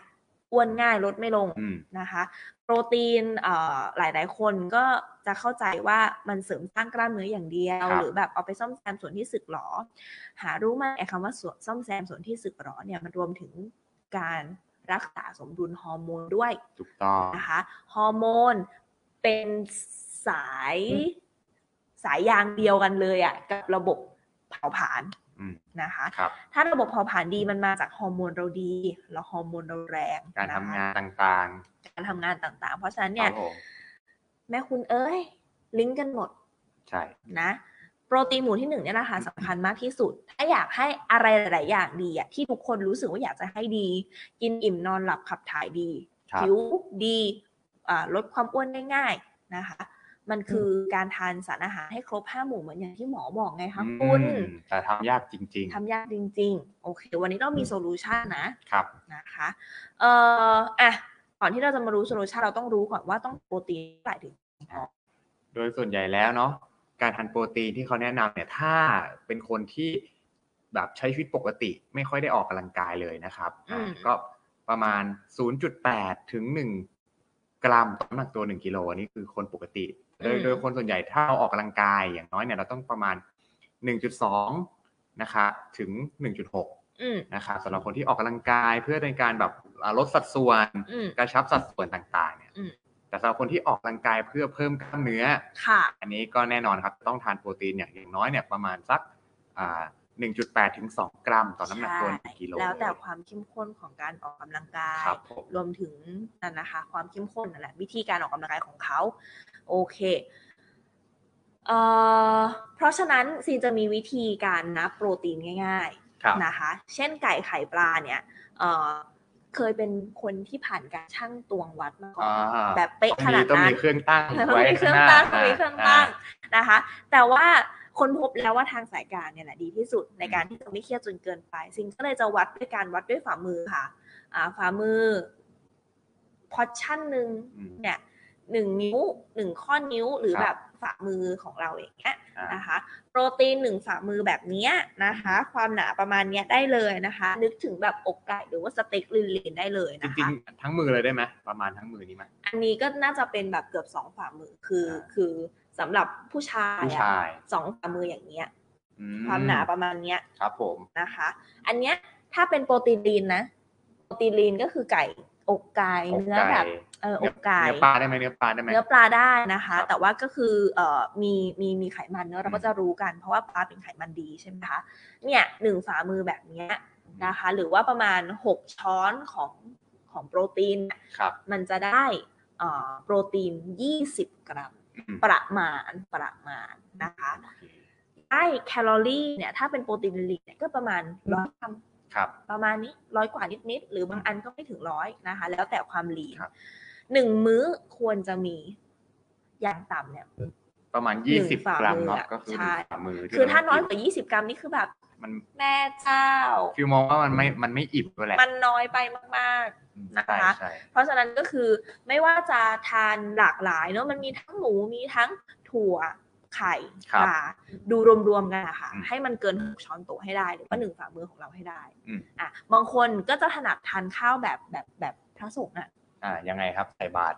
Speaker 2: อ้วนง่ายลดไม่ลง
Speaker 1: อืม
Speaker 2: นะคะโปรตีนเอ่อหลายหลายๆ คนก็จะเข้าใจว่ามันเสริมสร้างกล้ามเนื้ออย่างเดียว
Speaker 1: ครับ
Speaker 2: หรือแบบเอาไปซ่อมแซมส่วนที่สึกหรอ หารู้ไหมไอ้คำว่าส่วนซ่อมแซมส่วนที่สึกหรอเนี่ยมันรวมถึงการรักษาสมดุลฮอร์โมนด้วย
Speaker 1: ถูกต้อง
Speaker 2: นะคะฮอร์โมนเป็นสายสายยางเดียวกันเลยอะกับระบบเผาผลาญ
Speaker 1: อืม
Speaker 2: นะคะ
Speaker 1: ครับ
Speaker 2: ถ้าระบบเผาผลาญดีมันมาจากฮอร์โมนเราดีแล้วฮอร์โมนเราแรง
Speaker 1: การทำ
Speaker 2: นะคะ
Speaker 1: งานต่าง
Speaker 2: การทำงานต่างๆ เพราะฉะนั้น
Speaker 1: ๆค
Speaker 2: เนี่
Speaker 1: รั
Speaker 2: ย
Speaker 1: บผม
Speaker 2: แม่คุณเอ้ย ลิงก์กันหมด
Speaker 1: ใช่
Speaker 2: นะ โปรตีนหมู่ที่หนึ่งเนี่ยนะคะสำคัญมากที่สุด ถ้าอยากให้อะไรหลาย ๆ อย่างดีอะที่ทุกคนรู้สึกว่าอยากจะให้ดี กินอิ่มนอนหลับขับถ่ายดี
Speaker 1: ครับ
Speaker 2: ผิวดีอ่าลดความอ้วนได้ง่ายนะคะ มันคือการทานสารอาหารให้ครบห้าหมู่เหมือนอย่างที่หมอบอกไงคะ
Speaker 1: อื
Speaker 2: คุณ
Speaker 1: มแต่ทำยากจริง
Speaker 2: ทำยากจริง ๆ โอเค วันนี้ต้องมี
Speaker 1: อืม
Speaker 2: โซลูชันนะ
Speaker 1: ๆ ครับ
Speaker 2: นะคะเอ่ออ่ะ ก่อนที่เราจะมารู้โซลูชันเราต้องรู้ก่อนว่าต้องโปรตีนเท่าไหร่ถึง
Speaker 1: โดยส่วนใหญ่แล้วเนาะการทานโปรตีนที่เขาแนะนำเนี่ยถ้าเป็นคนที่แบบใช้ชีวิตปกติ ไม่ค่อยได้ออกกำลังกายเลยนะครับอ่าก็ประมาณ 0.8 ถึง 1 กรัมต่อน้ำหนักตัว 1กิโลอันนี้คือคนปกติ โดยโดยคนส่วนใหญ่ถ้าเราออกกำลังกายอย่างน้อยเนี่ยเราต้องประมาณ 1.2นะคะถึง 1.6
Speaker 2: อืม
Speaker 1: นะครับสำหรับคนที่ออกกำลังกายเพื่อในการแบบอ่าลดสัดส่วน
Speaker 2: อืม
Speaker 1: กระชับสัดส่วนต่างๆเนี่ย
Speaker 2: อืม
Speaker 1: แต่สำหรับคนที่ออกกำลังกายเพื่อเพิ่มกล้ามเนื้อ
Speaker 2: ค่ะ
Speaker 1: อันนี้ก็แน่นอนครับต้องทานโปรตีนอย่างอย่างน้อยเนี่ยประมาณสักอ่า1.8 ถึง 2 กรัม ต่อน้ำหนักตัวหนึ่งกิโล
Speaker 2: แล้วแต่
Speaker 1: เย
Speaker 2: ความเข้มข้นของการออกกำลังกาย
Speaker 1: ครับผม
Speaker 2: รวมถึงนั่นนะคะ ความเข้มข้นนั่นแหละวิธีการออกกำลังกายของเขา โอเคเอ่อเพราะฉะนั้นซีนจะมีวิธีการนับโปรตีนง่าย
Speaker 1: ครับ
Speaker 2: ๆนะคะ เช่นไก่ไข่ปลาเนี่ยเอ่อเคยเป็นคนที่ผ่านการชั่งตวงวัดมาก่อน
Speaker 1: อ่า
Speaker 2: แบบเป๊ะขนาด
Speaker 1: ต้อง
Speaker 2: นั้น
Speaker 1: มีเครื่องตั้ง
Speaker 2: แล้วก็
Speaker 1: ไว้
Speaker 2: มีเครื่อง
Speaker 1: ข้าหน้า
Speaker 2: ตั้งมีเครื่องตั้ง
Speaker 1: า
Speaker 2: นะคะ แต่ว่าคนพบแล้วว่าทางสายกลารเนี่ยแหละดีที่สุดในการที่จะไม่เครียดจนเกินไปสิ่งก็เลยจะวัดด้วยการวัดด้วยฝ่ามือค่ะ อ่าฝ่ามือพอชั่นหนึ่ง
Speaker 1: อืม
Speaker 2: เนี่ยหนึ่งนิ้วหนึ่งข้อนิ้วหรือ
Speaker 1: ครับ
Speaker 2: แบบฝ่ามือของเราอย่างเงี้ย
Speaker 1: อ่า
Speaker 2: นะคะ โปรตีนหนึ่งฝ่ามือแบบเนี้ยนะคะ ความหนาประมาณเนี้ยได้เลยนะคะ นึกถึงแบบอกไก่หรือว่าสเต็กลีนๆได้เลย
Speaker 1: จ
Speaker 2: นะคะ
Speaker 1: ริงๆ ทั้งมือเลยได้ไหมประมาณทั้งมือนี้ไหม
Speaker 2: อันนี้ก็น่าจะเป็นแบบเกือบสองฝ่ามือคือ
Speaker 1: อ่า
Speaker 2: คือสำหรับผู้ชาย
Speaker 1: ผู้
Speaker 2: อะ
Speaker 1: ชาย
Speaker 2: สองฝ่ามืออย่างเงี้ย
Speaker 1: อื
Speaker 2: ความหนาประมาณเนี้ย
Speaker 1: ครับผม
Speaker 2: นะคะ อันเนี้ยถ้าเป็นโปรตีนลีนนะ โปรตีนลีนก็คือไก่อกไก่เนื้อแบบเอออกไก่
Speaker 1: เนื้อปลาได้ไหมเนื้อปลาได้ไหม
Speaker 2: เนื้อปลาได้นะคะ
Speaker 1: ครับ
Speaker 2: แต่ว่าก็คือเอ่อมีมีมีไขมันเนอะเรา
Speaker 1: อื
Speaker 2: ก็
Speaker 1: ม
Speaker 2: จะรู้กันเพราะว่าปลาเป็นไขมันดีใช่ไหมคะเนี่ยหนึ่งฝ่ามือแบบเนี้ยนะคะ หรือว่าประมาณหกช้อนของ ของโปรตีน
Speaker 1: ครับ
Speaker 2: มันจะได้เอ่อโปรตีน 20 กรัม
Speaker 1: อืม
Speaker 2: ประมาณประมาณนะคะ
Speaker 1: โอเค
Speaker 2: ได้แคลอรี่เนี่ยถ้าเป็นโปรตีนลีนเนี่ยก็ประมาณร้อยกรัม
Speaker 1: ครับ
Speaker 2: ประมาณนี้ร้อยกว่านิดๆหรือบางอันก็ไม่ถึงร้อยนะคะ แล้วแต่ความลีน
Speaker 1: ครับ
Speaker 2: หนึ่งมื้อควรจะมีอย่างต่ำเนี่ย
Speaker 1: ประมาณ
Speaker 2: หนึ่งฝ่า
Speaker 1: 20 กรัมเนาะ
Speaker 2: มืออะ
Speaker 1: ก็คือ
Speaker 2: ใช่
Speaker 1: หนึ่งฝ่ามือที่
Speaker 2: คือถ้า
Speaker 1: เร
Speaker 2: น้อยกว่า 20 กรัมนี่คือแบบ
Speaker 1: มัน
Speaker 2: แม่เจ้า
Speaker 1: ฟิลมองว่ามันไม่มันไม่อิ่มด้วยแหละ
Speaker 2: มันน้อยไปมาก นะคะ
Speaker 1: ใช่ใช่
Speaker 2: ๆ เพราะฉะนั้นก็คือไม่ว่าจะทานหลากหลายเนอะมันมีทั้งหมูมีทั้งถั่วไข่ปลาดูรวมๆกันนะคะ
Speaker 1: อืม
Speaker 2: ให้มันเกินหกช้อนโต๊ะให้ได้หรือว่าหนึ่งฝ่ามือของเราให้ได้
Speaker 1: อืม
Speaker 2: อ่ะบางคนก็จะถนัดทานข้าวแบบแบบแบบพระสงฆ์อ่ะ
Speaker 1: อ่ายังไงครับใส่บาตร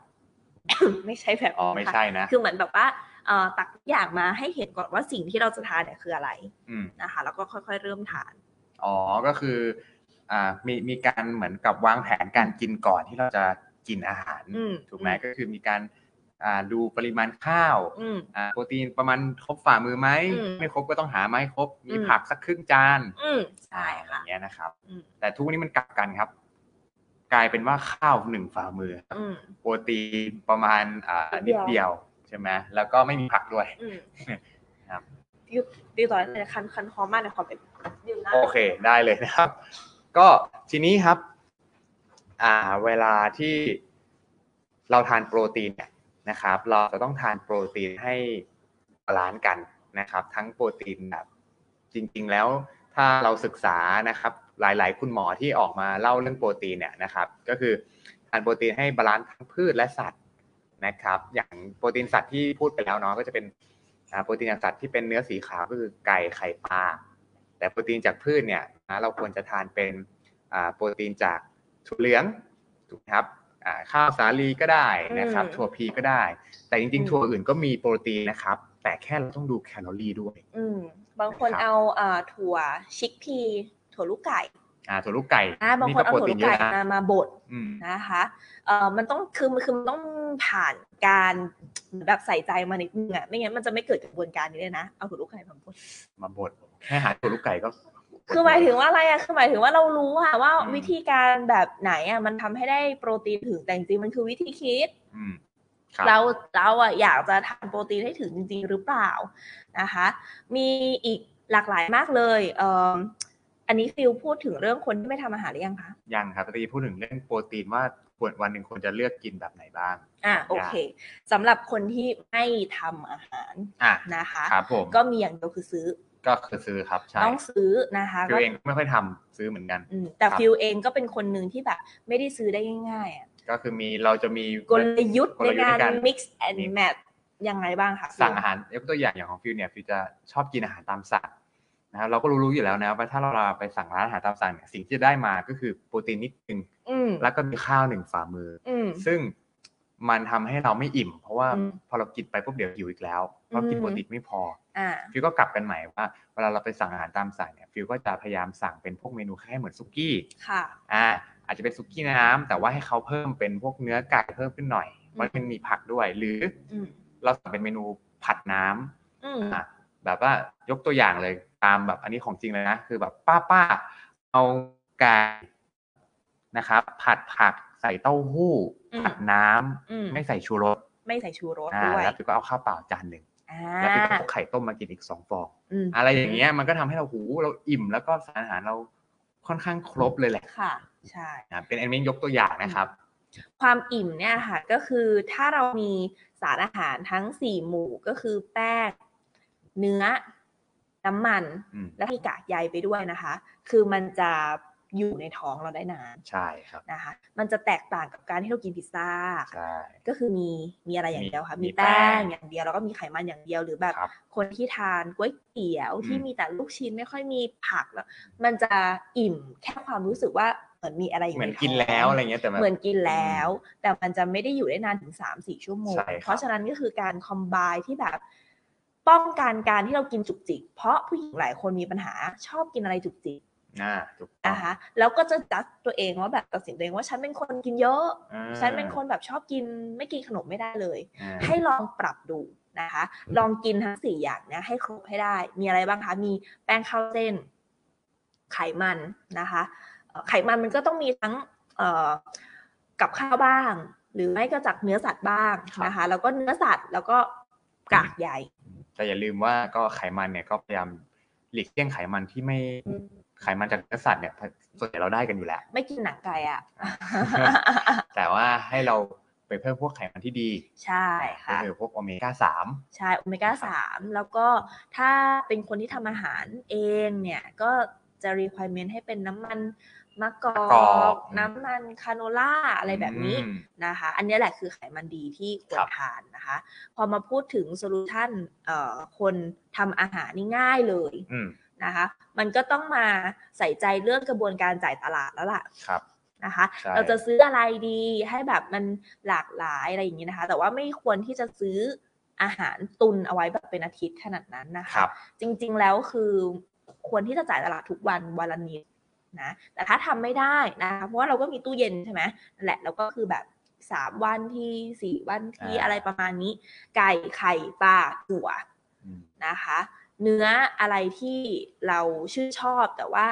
Speaker 2: ไม่ใช่แบบ
Speaker 1: อ๋อ
Speaker 2: นั้น
Speaker 1: ไม่
Speaker 2: ค่ะ
Speaker 1: ใช่นะ
Speaker 2: คือเหมือนแบบว่าเอ่อตักทุกอย่างมาให้เห็นก่อนว่าสิ่งที่เราจะทานเนี่ยคืออะไร
Speaker 1: อืม
Speaker 2: นะคะ แล้วก็ค่อยๆเริ่มทาน
Speaker 1: อ๋อก็คืออ่ามีมีการเหมือนกับวางแผนการกินก่อนที่เราจะกินอาหาร
Speaker 2: อืม
Speaker 1: ถูกไหมก็คือมีการอ่าดูปริมาณข้าว
Speaker 2: อืม
Speaker 1: อ่าโปรตีนประมาณครบฝ่ามือไหม
Speaker 2: อืม
Speaker 1: ไม่ครบก็ต้องหามาให้ครบมี
Speaker 2: อืม
Speaker 1: ผักสักครึ่งจาน
Speaker 2: อืมใช่
Speaker 1: อ่าอ
Speaker 2: ค่ะ
Speaker 1: ย่างเงี้ยนะครับ
Speaker 2: อืม
Speaker 1: แต่ทุกวันนี้มันกลับกันครับ กลายเป็นว่าข้าวหนึ่งฝ่ามือครับ
Speaker 2: อืม
Speaker 1: โปรตีนประมาณอ่า
Speaker 2: นิ
Speaker 1: นิ
Speaker 2: ด
Speaker 1: ด
Speaker 2: เดี
Speaker 1: เดี
Speaker 2: ย
Speaker 1: ยว วใช่ไหมแล้วก็ไม่มีผักด้วย
Speaker 2: อืม
Speaker 1: ครับ
Speaker 2: ยุดดีต่อในคันคันคอมมากในความเป็นยืนนะ
Speaker 1: โอเคได้เลยนะครับ ก็ทีนี้ครับ อ่าเวลาที่เราทานโปรตีนเนี่ยนะครับ เราจะต้องทานโปรตีนให้บาลานซ์กันนะครับ ทั้งโปรตีนแบบจริง ๆ แล้วถ้าเราศึกษานะครับ หลาย ๆ คุณหมอที่ออกมาเล่าเรื่องโปรตีนเนี่ยนะครับ ก็คือทานโปรตีนให้บาลานซ์ทั้งพืชและสัตว์นะครับ อย่างโปรตีนสัตว์ที่พูดไปแล้วเนาะก็จะเป็นอ่าโปรตีนจากสัตว์ที่เป็นเนื้อสีขาวก็คือไก่ไข่ปลาแต่โปรตีนจากพืชเนี่ยนะเราควรจะทานเป็น อ่าโปรตีนจากถั่วเหลืองถูกไหมครับอ่าข้าวสาลีก็ได้นะครับ ถั่วพีก็ได้ แต่จริงๆ ถั่วอื่นก็มีโปรตีนนะครับ แต่แค่เราต้องดูแคลอรี่ด้วย
Speaker 2: อืม บางคนเอาเอ่อถั่วชิกพีถั่วลูกไก่
Speaker 1: อ่าถั่วลูกไก่
Speaker 2: อ่ะบางคนเอาถั่วลูกไก่มามาบด
Speaker 1: อืม
Speaker 2: นะคะเอ่อมันต้องคือมันคือมันต้องผ่านการแบบใส่ใจมานิดนึงอะไม่งั้นมันจะไม่เกิดกระบวนการนี้เลยนะ เอาถั่วลูกไก่มาบด
Speaker 1: มาบดแค่หาถั่วลูกไก่ก็
Speaker 2: คือหมายถึงว่าอะไรอะคือหมายถึงว่าเรารู้ค่ะว่า
Speaker 1: อืม
Speaker 2: วิธีการแบบไหนอะมันทำให้ได้โปรตีนถึงแต่จริงๆมันคือวิธีคิด
Speaker 1: อืมครับ
Speaker 2: เราเราอะอยากจะทานโปรตีนให้ถึงจริง ๆ หรือเปล่านะคะ มีอีกหลากหลายมากเลยเอ่ออันนี้ฟิลพูดถึงเรื่องคนที่ไม่ทำอาหารหรือยังคะ
Speaker 1: ยังครับตีพูดถึงเรื่องโปรตีนว่าควรวันหนึ่งควรจะเลือกกินแบบไหนบ้าง
Speaker 2: อ่ะโอเคสำหรับคนที่ไม่ทำอาหาร
Speaker 1: อ่ะ
Speaker 2: นะคะ
Speaker 1: ครับผม
Speaker 2: ก็มีอย่างเดียวคือซื้อ
Speaker 1: ก็คือซื้อครับใช่
Speaker 2: ต้องซื้อนะคะ
Speaker 1: คือ
Speaker 2: ก็
Speaker 1: เองก็ไม่ค่อยทำซื้อเหมือนกัน
Speaker 2: อืมแต่
Speaker 1: ครับ
Speaker 2: ฟิลเองก็เป็นคนหนึ่งที่แบบไม่ได้ซื้อได้ง่ายๆอะ
Speaker 1: ก็คือมีเราจะมี
Speaker 2: กลยุทธ์
Speaker 1: ก
Speaker 2: ใน
Speaker 1: ลยุทธ์ใน
Speaker 2: การ
Speaker 1: การ
Speaker 2: mix and match ยังไงบ้างคะ
Speaker 1: สั่งอาหารยกตัวอย่างอย่างของฟิวเนี่ยฟิวจะชอบกินอาหารตามสั่งนะครับเราก็รู้ๆอยู่แล้วนะว่าถ้าเราไปสั่งร้านอาหารตามสั่งเนี่ยสิ่งที่จะได้มาก็คือโปรตีนนิดนึง
Speaker 2: อืม
Speaker 1: แล้วก็มีข้าวหนึ่งฝ่ามืออ
Speaker 2: อืม
Speaker 1: ซึ่งมันทำให้เราไม่อิ่ม เพราะว่า
Speaker 2: อืม
Speaker 1: พอเรากินไปปุ๊บเดี๋ยวหิวอีกแล้วเพราะ
Speaker 2: อืม
Speaker 1: กินโปรตีนไม่พอ
Speaker 2: อ่า
Speaker 1: ฟิวก็กลับกันใหม่ว่าเวลาเราไปสั่งอาหารตามสั่งเนี่ยฟิวก็จะพยายามสั่งเป็นพวกเมนูคล้ายๆเหมือนซุกี้
Speaker 2: ค่ะ
Speaker 1: อ่าอาจจะเป็นซุกี้น้ำแต่ว่าให้เขาเพิ่มเป็นพวกเนื้อไก่เพิ่มขึ้นหน่อยเพราะมันมีผักด้วย หรือ
Speaker 2: อืม
Speaker 1: เราสั่งเป็นเมนูผัดน้ำ
Speaker 2: อืม
Speaker 1: อ่ะแบบว่ายกตัวอย่างเลยตามแบบอันนี้ของจริงเลยนะคือแบบป้าป้าเอาไก่นะครับ ผัดผักใส่เต้าหู้ ผัดน้ำ
Speaker 2: อืม
Speaker 1: ไม่ใส่ชูรส
Speaker 2: ไม่ใส่ชูรส
Speaker 1: อ่า
Speaker 2: ด้วย
Speaker 1: แล้วพี่ก็เอาข้าวเปล่าจานหนึ่ง
Speaker 2: อ่า
Speaker 1: แล้วพี่ก็เอาไข่ต้มมากินอีกสองฟอง
Speaker 2: อืม
Speaker 1: อะไรอย่างเงี้ยมันก็ทำให้เราหูเราอิ่มแล้วก็สารอาหารเราค่อนข้างครบเลยแหละ
Speaker 2: ค่ะ ใช่
Speaker 1: นะเป็นอันนี้ยกตัวอย่างนะครับ
Speaker 2: ความอิ่มเนี่ยค่ะก็คือถ้าเรามีสารอาหารทั้งสี่หมู่ก็คือแป้งเนื้อน้ำมัน
Speaker 1: อืม
Speaker 2: แล้วมีกากใยไปด้วยนะคะ คือมันจะอยู่ในท้องเราได้นาน
Speaker 1: ใช่ครับ
Speaker 2: นะคะ มันจะแตกต่างกับการที่เรากินพิซซ่า
Speaker 1: ใช่
Speaker 2: ก็คือมีมีอะไรอย่างเดียวค่ะ
Speaker 1: มี
Speaker 2: มีแป้ง
Speaker 1: มีแป้ง
Speaker 2: อย่างเดียวแล้วก็มีไขมันอย่างเดียวหรือแบบ
Speaker 1: ครับ
Speaker 2: คนที่ทานก๋วยเตี๋ยว
Speaker 1: อืม
Speaker 2: ที่มีแต่ลูกชิ้นไม่ค่อยมีผักแล้วมันจะอิ่มแค่ความรู้สึกว่าเหมือนมีอะไรอยู่
Speaker 1: เหมือน
Speaker 2: ใท้ง
Speaker 1: กินแล้วอะไรเงี้ยแต่มัน
Speaker 2: เหมือนกินแล้ว แต่มันจะไม่ได้อยู่ได้นานถึง3ามสี่ชั่วโมง
Speaker 1: ใช่ครับ
Speaker 2: เพราะฉะนั้นก็คือการคอมไบที่แบบ ป้องกันการที่เรากินจุกจิก เพราะผู้หญิงหลายคนมีปัญหาชอบกินอะไรจุกจิก
Speaker 1: อ่าถูกต้อง
Speaker 2: นะคะแล้วก็จะจัดตัวเองว่าแบบตัดสินตัวเองว่าฉันเป็นคนกินเยอะ
Speaker 1: อ่า
Speaker 2: ฉันเป็นคนแบบชอบกินไม่กินขนมไม่ได้เลย
Speaker 1: อ่า
Speaker 2: ให้ลองปรับดูนะคะ ลองกินทั้งสี่อย่างเนะให้ครบให้ได้ มีอะไรบ้างคะ มีแป้งข้าวเส้น ไขมันนะคะเอ่อไขมันมันก็ต้องมีทั้งเอ่อ กับข้าวบ้าง หรือไม่ก็จากเนื้อสัตว์บ้าง
Speaker 1: ครับ
Speaker 2: นะคะ แล้วก็เนื้อสัตว์แล้วก็กากใย
Speaker 1: แต่อย่าลืมว่าก็ไขมันเนี่ยก็พยายามหลีกเลี่ยงไขมันที่ไม่
Speaker 2: อืม
Speaker 1: ไขมันจากเนื้อสัตว์เนี่ยส่วนใหญ่เราได้กันอยู่แล้ว
Speaker 2: ไม่กินหนังไก่อ่ะ
Speaker 1: แต่ว่าให้เราไปเพิ่มพวกไขมันที่ดี
Speaker 2: ใช่ค่ะ
Speaker 1: ก็คือพวกโอเมก้าสาม
Speaker 2: ใช่โอเมก้าสามแล้วก็ถ้าเป็นคนที่ทำอาหารเองเนี่ย ก็จะ requirement ให้เป็นน้ำมันมะกอ
Speaker 1: มะกอก ก
Speaker 2: น้ำมันคาโนล่าอะไรแบบนี้
Speaker 1: อืม
Speaker 2: นะคะ อันนี้แหละคือไขมันดีที่ค
Speaker 1: ค
Speaker 2: ว
Speaker 1: รั
Speaker 2: ร
Speaker 1: บ
Speaker 2: ทานนะคะ พอมาพูดถึงโซลูชันเอ่อคนทำอาหารนี่ง่ายเลย
Speaker 1: อืม
Speaker 2: นะคะ มันก็ต้องมาใส่ใจเรื่องกระบวนการจ่ายตลาดแล้วล่ะ
Speaker 1: ครับ
Speaker 2: นะคะ
Speaker 1: ใช่
Speaker 2: เราจะซื้ออะไรดีให้แบบมันหลากหลายอะไรอย่างนี้นะคะ แต่ว่าไม่ควรที่จะซื้ออาหารตุนเอาไว้แบบเป็นอาทิตย์ขนาดนั้นนะ
Speaker 1: ค
Speaker 2: คะ
Speaker 1: รับ
Speaker 2: จริงๆแล้วคือควรที่จะจ่ายตลาดทุกวันวันละนิดนะแต่ถ้าทำไม่ได้นะคะเพราะว่าเราก็มีตู้เย็นใช่ไหมนั่นแหละแล้วก็คือแบบสามวันที่สี่วันที่
Speaker 1: อ่า
Speaker 2: อะไรประมาณนี้ ไก่ไข่ปลาถั่ว
Speaker 1: อืม
Speaker 2: นะคะ เนื้ออะไรที่เราชื่นชอบแต่ว่า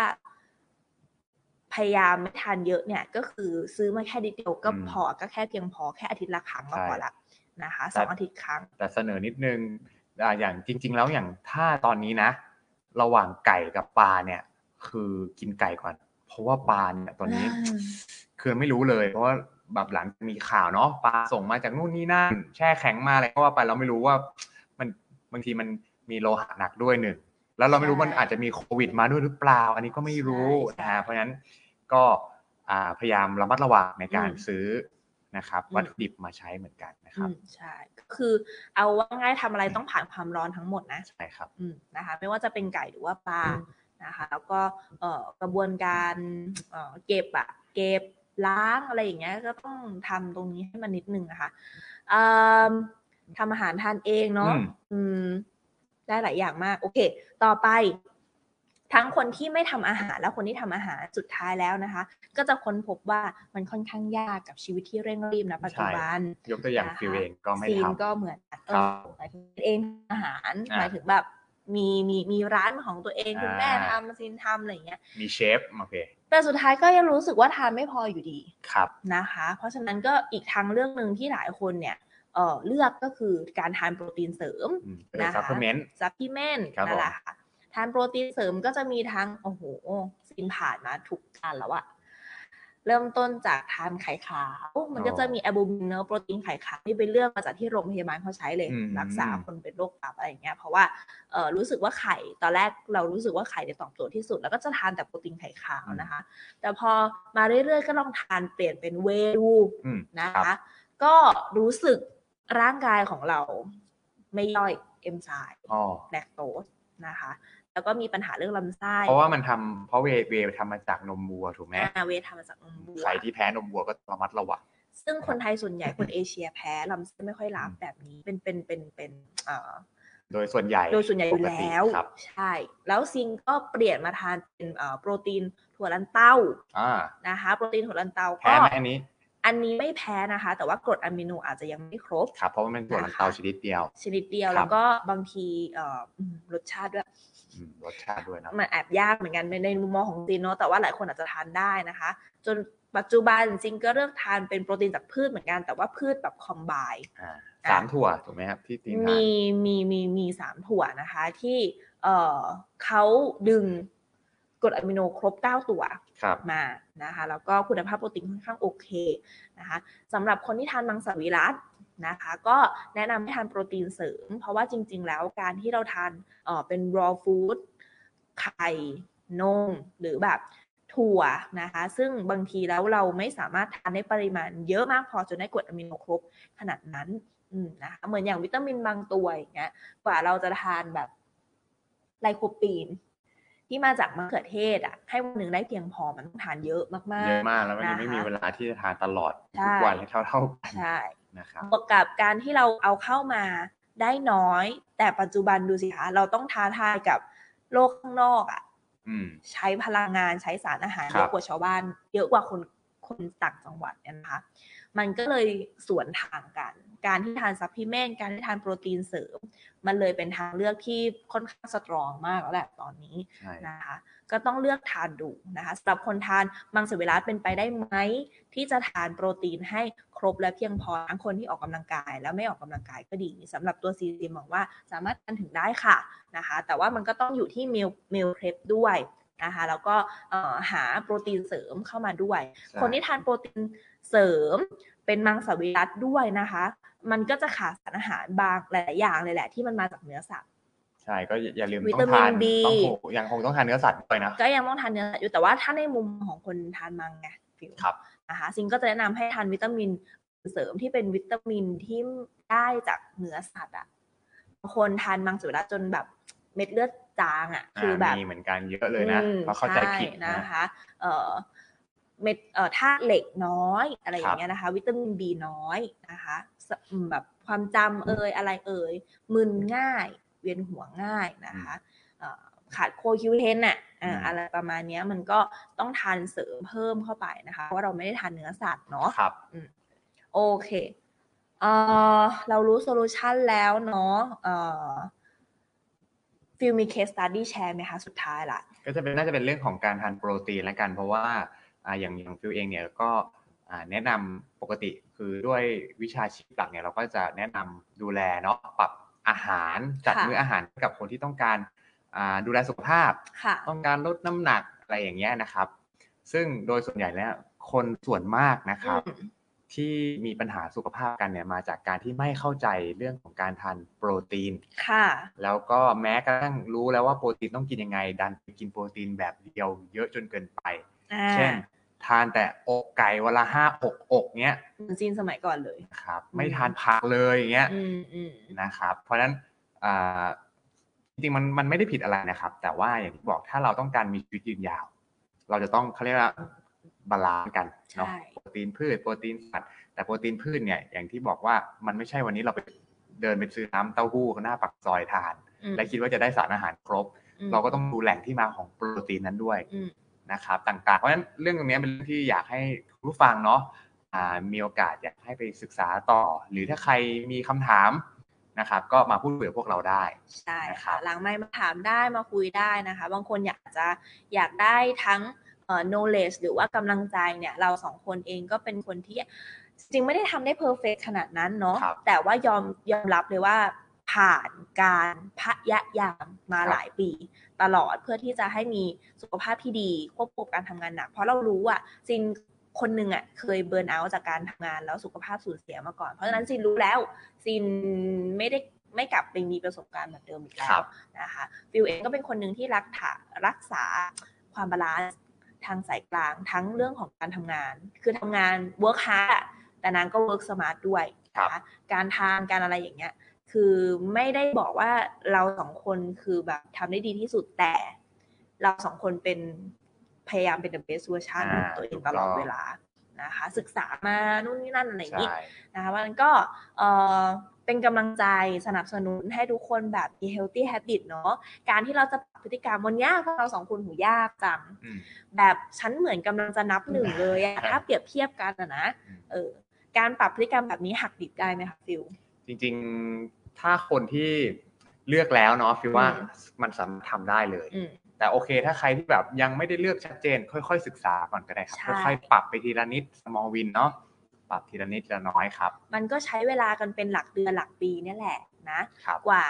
Speaker 2: พยายามไม่ทานเยอะเนี่ย ก็คือซื้อมาแค่นิดเดียวก็
Speaker 1: อืม
Speaker 2: พอก็แค่เพียงพอแค่อาทิตย์ละครั้งก็
Speaker 1: ใช่
Speaker 2: พอละนะคะ
Speaker 1: แต่
Speaker 2: สองอาทิตย์ครั้ง
Speaker 1: แต่เสนอนิดนึงอ่าอย่างจริง ๆ แล้วอย่างถ้าตอนนี้นะ ระหว่างไก่กับปลาเนี่ย คือกินไก่ก่อน เพราะว่าปลาเนี่ยตอนนี้
Speaker 2: อ่า
Speaker 1: คือไม่รู้เลย เพราะว่าแบบหลังมีข่าวเนาะปลาส่งมาจากนู่นนี่นั่น แช่แข็งมาอะไรก็ว่าไปเราไม่รู้ว่า มันบางทีมันมีโลหะหนักด้วยหนึ่งแล้วเราไม่รู้
Speaker 2: ใช่
Speaker 1: มันอาจจะมีโควิดมาด้วยหรือเปล่า อันนี้ก็ไม่รู้
Speaker 2: ใช่
Speaker 1: นะฮะเพราะฉะนั้นก็อ่าพยายามระมัดระวังในการ
Speaker 2: อืม
Speaker 1: ซื้อนะครับ
Speaker 2: อืม
Speaker 1: วัตถุดิบมาใช้เหมือนกันนะค
Speaker 2: อื
Speaker 1: รับ
Speaker 2: มใช่ก็คือเอาว่าง่ายทำอะไรต้องผ่านความร้อนทั้งหมดนะ
Speaker 1: ใช่ครับ
Speaker 2: อืมนะคะ ไม่ว่าจะเป็นไก่หรือว่าปลานะคะ แล้วก็เอ่อกระบวนการเอ่อเก็บอะเก็บล้างอะไรอย่างเงี้ยก็ต้องทำตรงนี้ให้มันนิดนึงนะคะเอิ่มทำอาหารทานเองเนาะ
Speaker 1: อืม
Speaker 2: อืม ได้หลายอย่างมาก โอเค ต่อไป ทั้งคนที่ไม่ทำอาหารและคนที่ทำอาหารสุดท้ายแล้วนะคะ ก็จะค้นพบว่ามันค่อนข้างยากกับชีวิตที่เร่งรีบนะปัจจุบัน
Speaker 1: ยกตัวอย่าง
Speaker 2: นะคะ
Speaker 1: ฟิวเองก็ไม่
Speaker 2: ซีน
Speaker 1: ทำ
Speaker 2: ก็เหมือนกันเอ
Speaker 1: ครับ
Speaker 2: อหมายถึงเองอาหาร
Speaker 1: อ่า
Speaker 2: หมายถึงแบบมีมีมีร้านของตัวเองคุณ
Speaker 1: อ่า
Speaker 2: แม่ทำซีนทำอะไรอย่างเงี้ย
Speaker 1: มีเชฟโอเค
Speaker 2: แต่สุดท้ายก็ยังรู้สึกว่าทานไม่พออยู่ดี
Speaker 1: ครับ
Speaker 2: นะคะ เพราะฉะนั้นก็อีกทางเรื่องหนึ่งที่หลายคนเนี่ยเออเลือกก็คือการทานโปรตีนเสริม
Speaker 1: อืม
Speaker 2: นะคะ
Speaker 1: ซัพพลีเมนต์
Speaker 2: ซัพพลีเมนต์
Speaker 1: ครับ
Speaker 2: นั่นแหละค่ะทานโปรตีนเสริมก็จะมีทั้งโอ้โหซินผ่านมาทุกการแล้วอะเริ่มต้นจากทานไข่ขาว มันก็
Speaker 1: อ๋อ
Speaker 2: จะมีแอลบูมินเนอะโปรตีนไข่ขาวที่ไปเลือกมาจากที่โรงพยาบาลเขาใช้เลย
Speaker 1: อืม
Speaker 2: รักษาคนเป็นโรคตับอะไรอย่างเงี้ยเพราะว่าเอ่อรู้สึกว่าไข่ตอนแรกเรารู้สึกว่าไข่เนี่ยตอบโจทย์ที่สุด แล้วก็จะทานแต่โปรตีนไข่ขาวนะคะ แต่พอมาเรื่อยๆ ก็ลองทานเปลี่ยนเป็นเวย์ดู
Speaker 1: อืม
Speaker 2: นะ
Speaker 1: ครั
Speaker 2: คะ
Speaker 1: บ
Speaker 2: ก็รู้สึกร่างกายของเราไม่ย่อยเอนไซม์
Speaker 1: อ๋อ
Speaker 2: แลคโตสนะคะ แล้วก็มีปัญหาเรื่องลำไส้
Speaker 1: เพราะว่ามันทำเพราะเวเวทำมาจากนมวัวถูกไหม
Speaker 2: อ่าเวททำมาจากนมวัว
Speaker 1: ใครที่แพ้นมวัวก็ระมัดระวัง
Speaker 2: ซึ่งคนไทยส่วน ใหญ่คนเอเชียแพ้ลำไส้ไม่ค่อยรับแบบนี้เป็นเป็นเป็นเป็นเอ่อ
Speaker 1: โดยส่วนใหญ่
Speaker 2: โดยส่วนใหญ่
Speaker 1: ป
Speaker 2: อ
Speaker 1: ก
Speaker 2: ยู่แล
Speaker 1: ติ
Speaker 2: ้ว
Speaker 1: ครับ
Speaker 2: ใช่ แล้วซิงก็เปลี่ยนมาทานเป็นเอ่อโปรตีนถั่วลันเต้า
Speaker 1: อ่า
Speaker 2: นะคะ โปรตีนถั่วลันเต้า
Speaker 1: แพ้
Speaker 2: ก็
Speaker 1: ไหมอันนี้
Speaker 2: อันนี้ไม่แพ้นะคะ แต่ว่ากรดอะมิโนอาจจะยังไม่ครบ
Speaker 1: ครับ เพราะมันเป็นส่วนลันเตาชนิดเดียว
Speaker 2: ชนิดเดียว
Speaker 1: ครั
Speaker 2: แล้ว
Speaker 1: บ
Speaker 2: ก็บางทีเอ่ออืมรสชาติด้วย
Speaker 1: อืมรสชาติด้วยนะ
Speaker 2: มันแอบยากเหมือนกันในในมุมมองของจีนเนาะแต่ว่าหลายคนอาจจะทานได้นะคะ จนปัจจุบันจริงก็เลือกทานเป็นโปรตีนจากพืชเหมือนกันแต่ว่าพืชแบบคอมไบ
Speaker 1: อ่า
Speaker 2: อ่ะ
Speaker 1: สามถั่วถูกไหมครับ ที่ตีนทาน
Speaker 2: มีมีมีมีสามถั่วนะคะ ที่เอ่อเขาดึงกรดอะมิโนครบ 9 ตัว
Speaker 1: ครับ
Speaker 2: มานะคะ แล้วก็คุณภาพโปรตีนค่อนข้างโอเคนะคะสำหรับคนที่ทานมังสวิรัตนะคะ ก็แนะนำให้ทานโปรตีนเสริม เพราะว่าจริง ๆ แล้วการที่เราทานเอ่อเป็น raw food ไข่นมหรือแบบถั่วนะคะ ซึ่งบางทีแล้วเราไม่สามารถทานได้ปริมาณเยอะมากพอจนได้กรดอะมิโนครบ ขนาดนั้น อืมนะคะ เหมือนอย่างวิตามินบางตัวอย่างเงี้ย กว่าเราจะทานแบบไลโคปีน ที่มาจากมะเขือเทศอ่ะ ให้วันหนึ่งได้เพียงพอมันต้องทานเยอะมาก
Speaker 1: เยอะมากแล้วมันยังไม่
Speaker 2: นะคะ
Speaker 1: มีเวลาที่จะทานตลอด
Speaker 2: ใช่
Speaker 1: ทุกวันให้เท่าๆกัน
Speaker 2: ๆ ใช่
Speaker 1: นะครับ
Speaker 2: บวกกับการที่เราเอาเข้ามาได้น้อย แต่ปัจจุบันดูสิคะเราต้องท้าทายกับโลกข้างนอกอ่ะ
Speaker 1: อืม
Speaker 2: ใช้พลังงานใช้สารอาหาร
Speaker 1: ครับ
Speaker 2: เยอะกว่าชาวบ้าน เยอะกว่าคนคนต่างจังหวัดเนี่ยนะคะ มันก็เลยสวนทางกัน การที่ทานซัพพลีเมนต์การที่ทานโปรตีนเสริม มันเลยเป็นทางเลือกที่ค่อนข้างสตรองมากแล้วแหละตอนนี้
Speaker 1: ใช่
Speaker 2: นะคะ ก ก็ต้องเลือกทานดูนะคะสำหรับคนทานมังสวิรัตเป็นไปได้ไหมที่จะทานโปรตีนให้ครบและเพียงพอทั้งคนที่ออกกำลังกาย และไม่ออกกำลังกายก็ดีสำหรับตัวซีซีมองว่าสามารถทานถึงได้ค่ะนะคะแต่ว่ามันก็ต้องอยู่ที่เมลเมลเครปด้วยนะคะแล้วก็เอ่อหาโปรตีนเสริมเข้ามาด้วย คนที่ทานโปรตีนเสริมเป็นมังสวิรัตด้วยนะคะ มันก็จะขาดสารอาหารบางหลายๆอย่างเลยแหละที่มันมาจากเนื้อสัตว์
Speaker 1: ใช่ก็อย่าอย่าลืม
Speaker 2: วิ
Speaker 1: ต้อ
Speaker 2: ตาง มิน
Speaker 1: ทาน
Speaker 2: B
Speaker 1: ต้องคงยังคงต้องทานเนื้อสัตว์ด้วยนะ
Speaker 2: ก็ยังต้องทานเนื้อสัตว์อยู่แต่ว่าถ้าในมุมของคนทานมังไงฟิว
Speaker 1: ครับ
Speaker 2: นะคะซิงก็จะแนะนำให้ทานวิตามินเสริมที่เป็นวิตามินที่ได้จากเนื้อสัตว์อะบางคนทานมังสวิรัตจนแบบเม็ดเลือดจางอะคือแบบ
Speaker 1: อ่ามีเหมือนกันเยอะเลยนะ
Speaker 2: อืม
Speaker 1: เพราะเข้าใจผิด
Speaker 2: ช่
Speaker 1: นะ
Speaker 2: นะคะเอ่อเม็ดเอ่อธาตุเหล็กน้อยอะไรอย่า
Speaker 1: ครั
Speaker 2: ง
Speaker 1: บ
Speaker 2: เงี้ยนะคะ วิตามินบีน้อยนะคะสอืมแบบความจำเอ่ยอะไรเอ่ยมึนง่าย เวียนหัวง่ายนะคะเอ่อขาดโคคิวเทนน่ะอ่าอะไรประมาณเนี้ยมันก็ต้องทานเสริมเพิ่มเข้าไปนะคะ เพราะว่าเราไม่ได้ทานเนื้อสัตว์เนาะ
Speaker 1: ครับ
Speaker 2: โอเคเออเรารู้โซลูชันแล้วเนาะเออฟิลมีเคสตัดดี้แชร์ไหมคะสุดท้ายละ
Speaker 1: ก็จะเป็นน่าจะเป็นเรื่องของการทานโปรตีนแล้วกัน เพราะว่าอ่าอย่างอย่างฟิวเองเนี่ยก็อ่าแนะนำปกติคือด้วยวิชาชีพหลักเนี่ยเราก็จะแนะนำดูแลเนาะปรับอาหารจัด
Speaker 2: ค่ะ
Speaker 1: มื้ออาหารให้กับคนที่ต้องการอ่าดูแลสุขภาพ
Speaker 2: ค่ะ
Speaker 1: ต้องการลดน้ำหนักอะไรอย่างเงี้ยนะครับ ซึ่งโดยส่วนใหญ่แล้วคนส่วนมากนะครับ
Speaker 2: อืม
Speaker 1: ที่มีปัญหาสุขภาพกันเนี่ยมาจากการที่ไม่เข้าใจเรื่องของการทานโปรตีน
Speaker 2: ค่ะ
Speaker 1: แล้วก็แม้กระทั่งรู้แล้วว่าโปรตีนต้องกินยังไง ดันไปกินโปรตีนแบบเดียวเยอะจนเกินไป
Speaker 2: อ่า
Speaker 1: เช่น ทานแต่อกไก่วันละห้าหกอกเนี้ย
Speaker 2: เหมือนจีนสมัยก่อนเลย
Speaker 1: นะครับไม่
Speaker 2: อืม
Speaker 1: ทานผักเลยอย่างเงี้ย
Speaker 2: อืมอืม
Speaker 1: นะครับเพราะฉะนั้นอ่าจริงๆมันมันไม่ได้ผิดอะไรนะครับ แต่ว่าอย่างที่บอกถ้าเราต้องการมีชีวิตยืนยาว เราจะต้องเขาเรียกว่าบาลานซ์กันเนาะ
Speaker 2: ใช่
Speaker 1: โปรตีนพืชโปรตีนสัตว์แต่โปรตีนพืชเนี่ยอย่างที่บอกว่ามันไม่ใช่วันนี้เราไปเดินไปซื้อน้ำเต้าหู้หน้าปักซอยทาน
Speaker 2: อืม
Speaker 1: และคิดว่าจะได้สารอาหารครบ
Speaker 2: ม
Speaker 1: เราก็ต้องดูแหล่งที่มาของโปรตีนนั้นด้วย
Speaker 2: อืม
Speaker 1: นะครับต่างๆ เพราะฉะนั้นเรื่องตรงนี้เป็นเรื่องที่อยากให้คุณผู้ฟังเนาะอ่ามีโอกาสอยากให้ไปศึกษาต่อ หรือถ้าใครมีคำถามนะครับ ก็มาพูดคุยกับพวกเราได้
Speaker 2: ใช่
Speaker 1: นะครั
Speaker 2: ค่ะ
Speaker 1: บ
Speaker 2: หลังไม่มาถามได้มาคุยได้นะคะ บางคนอยากจะอยากได้ทั้งเอ่อ knowledge หรือว่ากำลังใจเนี่ยเราสองคนเองก็เป็นคนที่จริงไม่ได้ทำได้เพอร์เฟขนาดนั้นเนาะ
Speaker 1: ครับ
Speaker 2: แต่ว่ายอมยอมรับเลยว่าผ่านการพยายามมา
Speaker 1: ครับ
Speaker 2: หลายปีตลอดเพื่อที่จะให้มีสุขภาพที่ดีควบคู่กับการทำงานหนัก เพราะเรารู้อะจินคนหนึ่งอะเคยเบิร์นเอาท์จากการทำงานแล้วสุขภาพสูญเสียมาก่อน เพราะฉะนั้นจินรู้แล้ว ซินไม่ได้ไม่กลับไปมีประสบการณ์แบบเดิมอีกแล้
Speaker 1: ครั
Speaker 2: ว
Speaker 1: บ
Speaker 2: นะคะฟิวเองก็เป็นคนหนึ่งที่รักษารักษาความบาลานซ์ทางสายกลางทั้งเรื่องของการทำงาน คือทำงาน work hard อะแต่นางก็ work smart ด้วยนะคะการทานการอะไรอย่างเงี้ย คือไม่ได้บอกว่าเราสองคนคือแบบทำได้ดีที่สุดแต่ เราสองคนเป็นพยายามเป็น the best version ของตัวเองตลอดเวลานะคะศึกษามานู่นนี่นั่นอะไรอย่างนี้
Speaker 1: ใช่
Speaker 2: นะคะวันนั้นก็เอ่อเป็นกำลังใจสนับสนุนให้ทุกคนแบบมี healthy habit เนาะการที่เราจะปรับพฤติกรรมวันเนี้ยพวกเราสองคนหูยากจัง
Speaker 1: อืม
Speaker 2: แบบฉันเหมือนกำลังจะนับหนึ่งเลย อะ ถ้าเปรียบเทียบกันอะนะ
Speaker 1: อืม
Speaker 2: เออการปรับพฤติกรรมแบบนี้หักดิบได้ไหมคะฟิล
Speaker 1: จริงๆถ้าคนที่เลือกแล้วเนาะฟิวว่า
Speaker 2: อืม
Speaker 1: มันสามารถทำได้เลย
Speaker 2: อืม
Speaker 1: แต่โอเค ถ้าใครที่แบบยังไม่ได้เลือกชัดเจน ค่อยๆศึกษาก่อนก็ได้ครับ
Speaker 2: ใช่
Speaker 1: ค่อยๆปรับไปทีละนิด small win เนาะปรับทีละนิดทีละน้อยครับ
Speaker 2: มันก็ใช้เวลากันเป็นหลักเดือนหลักปีเนี่ยแหละนะ
Speaker 1: ครับ
Speaker 2: กว่า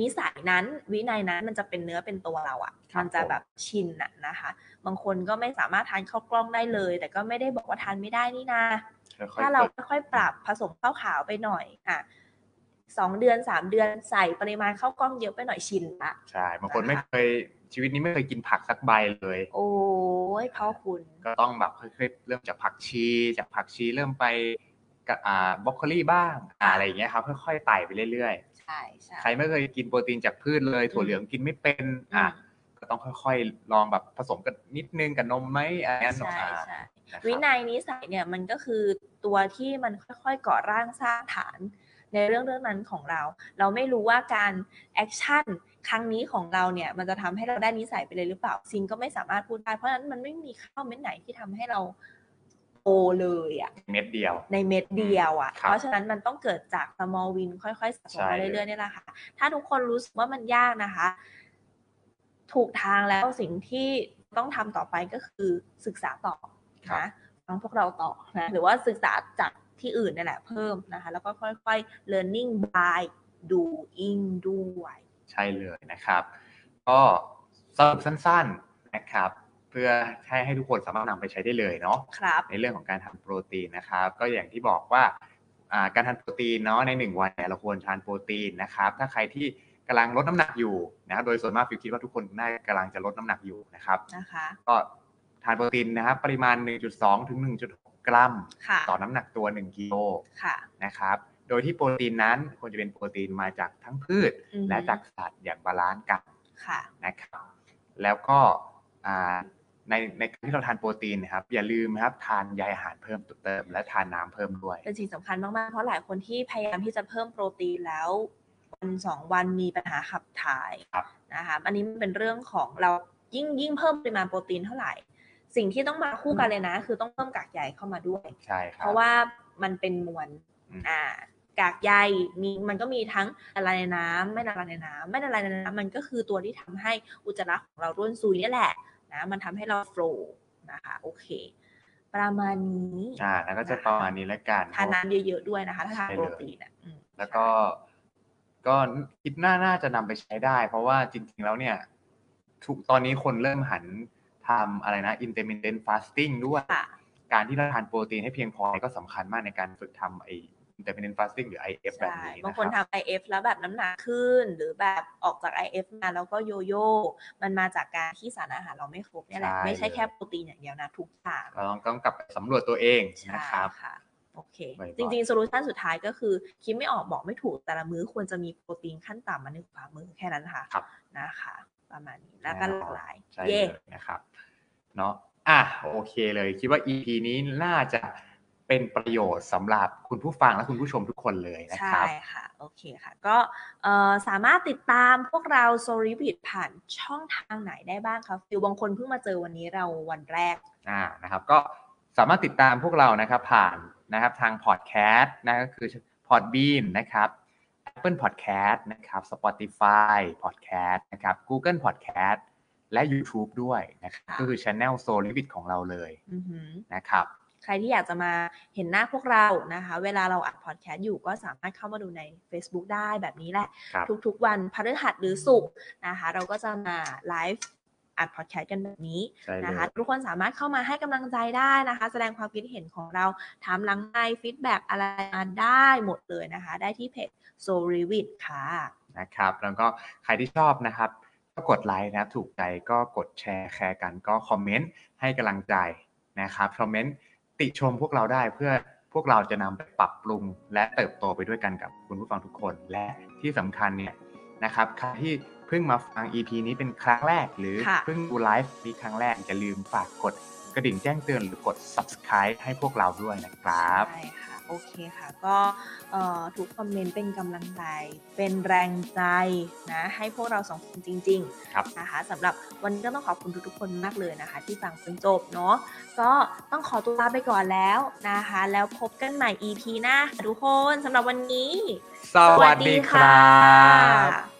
Speaker 2: นิสัยนั้นวินัยนั้นมันจะเป็นเนื้อเป็นตัวเราอะ
Speaker 1: ครับ
Speaker 2: มันจะ
Speaker 1: ผม
Speaker 2: แบบชินอะนะคะ บางคนก็ไม่สามารถทานข้าวกล้องได้เลย แต่ก็ไม่ได้บอกว่าทานไม่ได้นี่นา
Speaker 1: ค่อยๆ
Speaker 2: ถ้าเรา
Speaker 1: ฝึก
Speaker 2: ค่อยๆปรับผสมข้าวขาวไปหน่อยอ่ะสองเดือนสามเดือนใส่ปริมาณข้าวกล้องเยอะไปหน่อยชินละ
Speaker 1: ใช่บางคน
Speaker 2: นะคะ
Speaker 1: ไม่เคยชีวิตนี้ไม่เคยกินผักสักใบเลย
Speaker 2: โอ้ยพ่อคุณ
Speaker 1: ก็ต้องแบบค่อยๆเริ่มจากผักชี จากผักชีเริ่มไปกับอ่าบรอกโคลีบ้างอ่าอะไรอย่างเงี้ยครับค่อยๆไต่ไปเรื่อย
Speaker 2: ใช่ใช่
Speaker 1: ๆ ใครไม่เคยกินโปรตีนจากพืชเลย ถั่วเหลืองกินไม่เป็นอ่ะ
Speaker 2: อื
Speaker 1: ก็ต้องค่อยๆ ลองแบบผสมกันนิดนึงกับนมไหมอะไรอย่างเงี้ย
Speaker 2: ใช่
Speaker 1: อ่า
Speaker 2: ใช่
Speaker 1: นะครับ
Speaker 2: วินัยนิสัยเนี่ยมันก็คือตัวที่มันค่อยๆก่อร่างสร้างฐานในเรื่องเรื่องนั้นของเรา เราไม่รู้ว่าการแอคชั่นครั้งนี้ของเราเนี่ยมันจะทำให้เราได้นิสัยไปเลยหรือเปล่าซินก็ไม่สามารถพูดได้เพราะฉะนั้นมันไม่มีข้าวเม็ดไหนที่ทำให้เราโตเลยอะ
Speaker 1: เม็ดเดียว
Speaker 2: ในเม็ดเดียวอะ
Speaker 1: ครับ
Speaker 2: เพราะฉะนั้นมันต้องเกิดจาก small win ค่อยๆสะสม
Speaker 1: ใช่
Speaker 2: มา
Speaker 1: เลย
Speaker 2: เรื่อยๆนี่แหละค่ะ ถ้าทุกคนรู้สึกว่ามันยากนะคะ ถูกทางแล้วสิ่งที่ต้องทำต่อไปก็คือศึกษาต่อ
Speaker 1: ครับ
Speaker 2: นะฟังพวกเราต่อนะหรือว่าศึกษาจากที่อื่นนี่แหละเพิ่มนะคะ แล้วก็ค่อยๆ learning by doing ด้วย
Speaker 1: ใช่เลยนะครับ ก็สรุปสั้นๆนะครับ เพื่อให้ให้ทุกคนสามารถนำไปใช้ได้เลยเนาะ
Speaker 2: ครับ
Speaker 1: ในเรื่องของการทำโปรตีนนะครับ ก็อย่างที่บอกว่าอ่าการทานโปรตีนเนาะในหนึ่งวันเนี่ยเราควรทานโปรตีนนะครับ ถ้าใครที่กำลังลดน้ำหนักอยู่นะครับโดยส่วนมากฟิวคิดว่าทุกคนน่าจะกำลังจะลดน้ำหนักอยู่นะครับ
Speaker 2: นะคะ
Speaker 1: ก็ทานโปรตีนนะครับ ปริมาณ 1.2 ถึง 1.6 กรัม
Speaker 2: ค่ะ
Speaker 1: ต่อน้ำหนักตัว 1กิโล
Speaker 2: ค่ะ
Speaker 1: นะครับ โดยที่โปรตีนนั้นควรจะเป็นโปรตีนมาจากทั้งพืช
Speaker 2: อือฮึ
Speaker 1: และจากสัตว์อย่างบาลานซ์กัน
Speaker 2: ค่ะ
Speaker 1: นะครับแล้วก็อ่าในในการที่เราทานโปรตีนนะครับ อย่าลืมนะครับทานใยอาหารเพิ่มเติม และทานน้ำเพิ่มด้วย
Speaker 2: เป็นสิ่งสำคัญมาก ๆ เพราะหลายคนที่พยายามที่จะเพิ่มโปรตีนแล้ววันสองวันมีปัญหาขับถ่าย
Speaker 1: ครับ
Speaker 2: นะคะอันนี้มันเป็นเรื่องของเรายิ่งยิ่งเพิ่มปริมาณโปรตีนเท่าไหร่ สิ่งที่ต้องมาคู่กันเลยนะ คือต้องเพิ่มกากใยเข้ามาด้วย
Speaker 1: ใช่ครับ
Speaker 2: เพราะว่ามันเป็นมวล
Speaker 1: อืม
Speaker 2: อ่ากากใยมีมันก็มีทั้งละลายในน้ำไม่ละลายในน้ำไม่ละลายในน้ำมันก็คือตัวที่ทำให้อุจจาระของเราร่วนซุยนี่แหละนะมันทำให้เราโฟลนะคะโอเค ประมาณนี้
Speaker 1: อ่าแล้วก็จะประมาณนี้แล้วกัน
Speaker 2: ทานน้ำเยอะๆด้วยนะคะ ถ้าทาน
Speaker 1: ใช่
Speaker 2: โป
Speaker 1: เล
Speaker 2: ร
Speaker 1: ย
Speaker 2: ตีนอ่ะอืม
Speaker 1: แล้วก็ก็คิดน่าน่าจะนำไปใช้ได้ เพราะว่าจริง ๆ แล้วเนี่ยทุกตอนนี้คนเริ่มหันทำอะไรนะ intermittent fasting ด้วย
Speaker 2: ค่ะ
Speaker 1: การที่เราทานโปรตีนให้เพียงพอก็สำคัญมากในการฝึกทำไอ้ intermittent fasting หรือ IF แบบ
Speaker 2: ใช่
Speaker 1: นี้นะ
Speaker 2: บาง
Speaker 1: ค
Speaker 2: คน
Speaker 1: รับ
Speaker 2: ทำ IF แล้วแบบน้ำหนักขึ้น หรือแบบออกจาก IF มาแล้วก็โยโย่ มันมาจากการที่สารอาหารเราไม่ครบเนี่ยแหละ
Speaker 1: ใช่
Speaker 2: ไม่ใช่
Speaker 1: เลย
Speaker 2: แค่โปรตีนอย่างเดียวนะทุกอย่าง
Speaker 1: ก็ต้องต้องกลับไปสำรวจตัวเอง
Speaker 2: ใช่
Speaker 1: นะครับ
Speaker 2: ค่ะ โอเค
Speaker 1: บ่อยๆ
Speaker 2: จริงๆโซลูชันสุดท้ายก็คือ คิดไม่ออกบอกไม่ถูกแต่ละมื้อควรจะมีโปรตีนขั้นต่ำมาหนึ่งฝ่ามือแค่นั้นค่ะ
Speaker 1: ครับ
Speaker 2: นะคะ ประมาณนี้แล้วก็หลากหลาย
Speaker 1: ใช่เล
Speaker 2: เย่
Speaker 1: ยนะครับเนาะอ่ะโอเคเลย คิดว่า EP นี้น่าจะเป็นประโยชน์สำหรับคุณผู้ฟังและคุณผู้ชมทุกคนเลยนะ
Speaker 2: ใช่
Speaker 1: ครับ
Speaker 2: ค่ะ โอเคค่ะ ก็เอ่อสามารถติดตามพวกเราโซลิบิดผ่านช่องทางไหนได้บ้างคะฟิวบางคนเพิ่งมาเจอวันนี้เราวันแรก
Speaker 1: อ่านะครับก็สามารถติดตามพวกเรานะครับผ่านนะครับทางพอดแคสต์นะก็คือ Podbean นะครับ Apple Podcast นะครับ Spotify Podcast นะครับ Google Podcast และ YouTube ด้วยนะครับ
Speaker 2: ค่ะ
Speaker 1: ก็คือ Channel s o l i v i t ของเราเลย
Speaker 2: อือหือ
Speaker 1: นะครับ
Speaker 2: ใครที่อยากจะมาเห็นหน้าพวกเรานะคะ เวลาเราอัดพอดแคสต์อยู่ก็สามารถเข้ามาดูใน Facebook ได้แบบนี้แหละ
Speaker 1: ครับ
Speaker 2: ทุกๆวันพฤหัสหรือศุกร์นะคะ เราก็จะมาไลฟ์อัดพอดแคสต์กันแบบนี้
Speaker 1: ใช่เล
Speaker 2: นะคะ
Speaker 1: ย
Speaker 2: ทุกคนสามารถเข้ามาให้กำลังใจได้นะคะ แสดงความคิดเห็นของเราถามหลังในฟีดแบ็กอะไรมาได้หมดเลยนะคะ ได้ที่เพจ s o r e v i t ค่ะ
Speaker 1: นะครับแล้วก็ใครที่ชอบนะครับ ก็กดไลค์นะครับถูกใจก็กดแชร์แคร์กันก็คอมเมนต์ให้กำลังใจนะครับคอมเมนต์ติชมพวกเราได้เพื่อพวกเราจะนำไปปรับปรุง และเติบโตไปด้วยกันกับคุณผู้ฟังทุกคน และที่สำคัญเนี่ยนะครับใครที่เพิ่งมาฟัง EP นี้เป็นครั้งแรก หรือ
Speaker 2: ค่ะ
Speaker 1: เพิ่งดูไลฟ์นี้ครั้งแรกอย่าลืมฝากกดกระดิ่งแจ้งเตือนหรือกด subscribe ให้พวกเราด้วยนะครับ
Speaker 2: ใช่ค่ะ โอเคค่ะ ก็เอ่อทุกคอมเมนต์เป็นกำลังใจ เป็นแรงใจนะ ให้พวกเราสองคนจริงๆ
Speaker 1: ครับ
Speaker 2: นะคะสำหรับวันนี้ก็ต้องขอบคุณทุกๆคนมากเลยนะคะ ที่ฟังจนจบเนาะก็ต้องขอตัวลาไปก่อนแล้วนะคะ แล้วพบกันใหม่ EP หน้าค่ะทุกคนสำหรับวันนี้
Speaker 1: สวัสดีครับ
Speaker 2: บ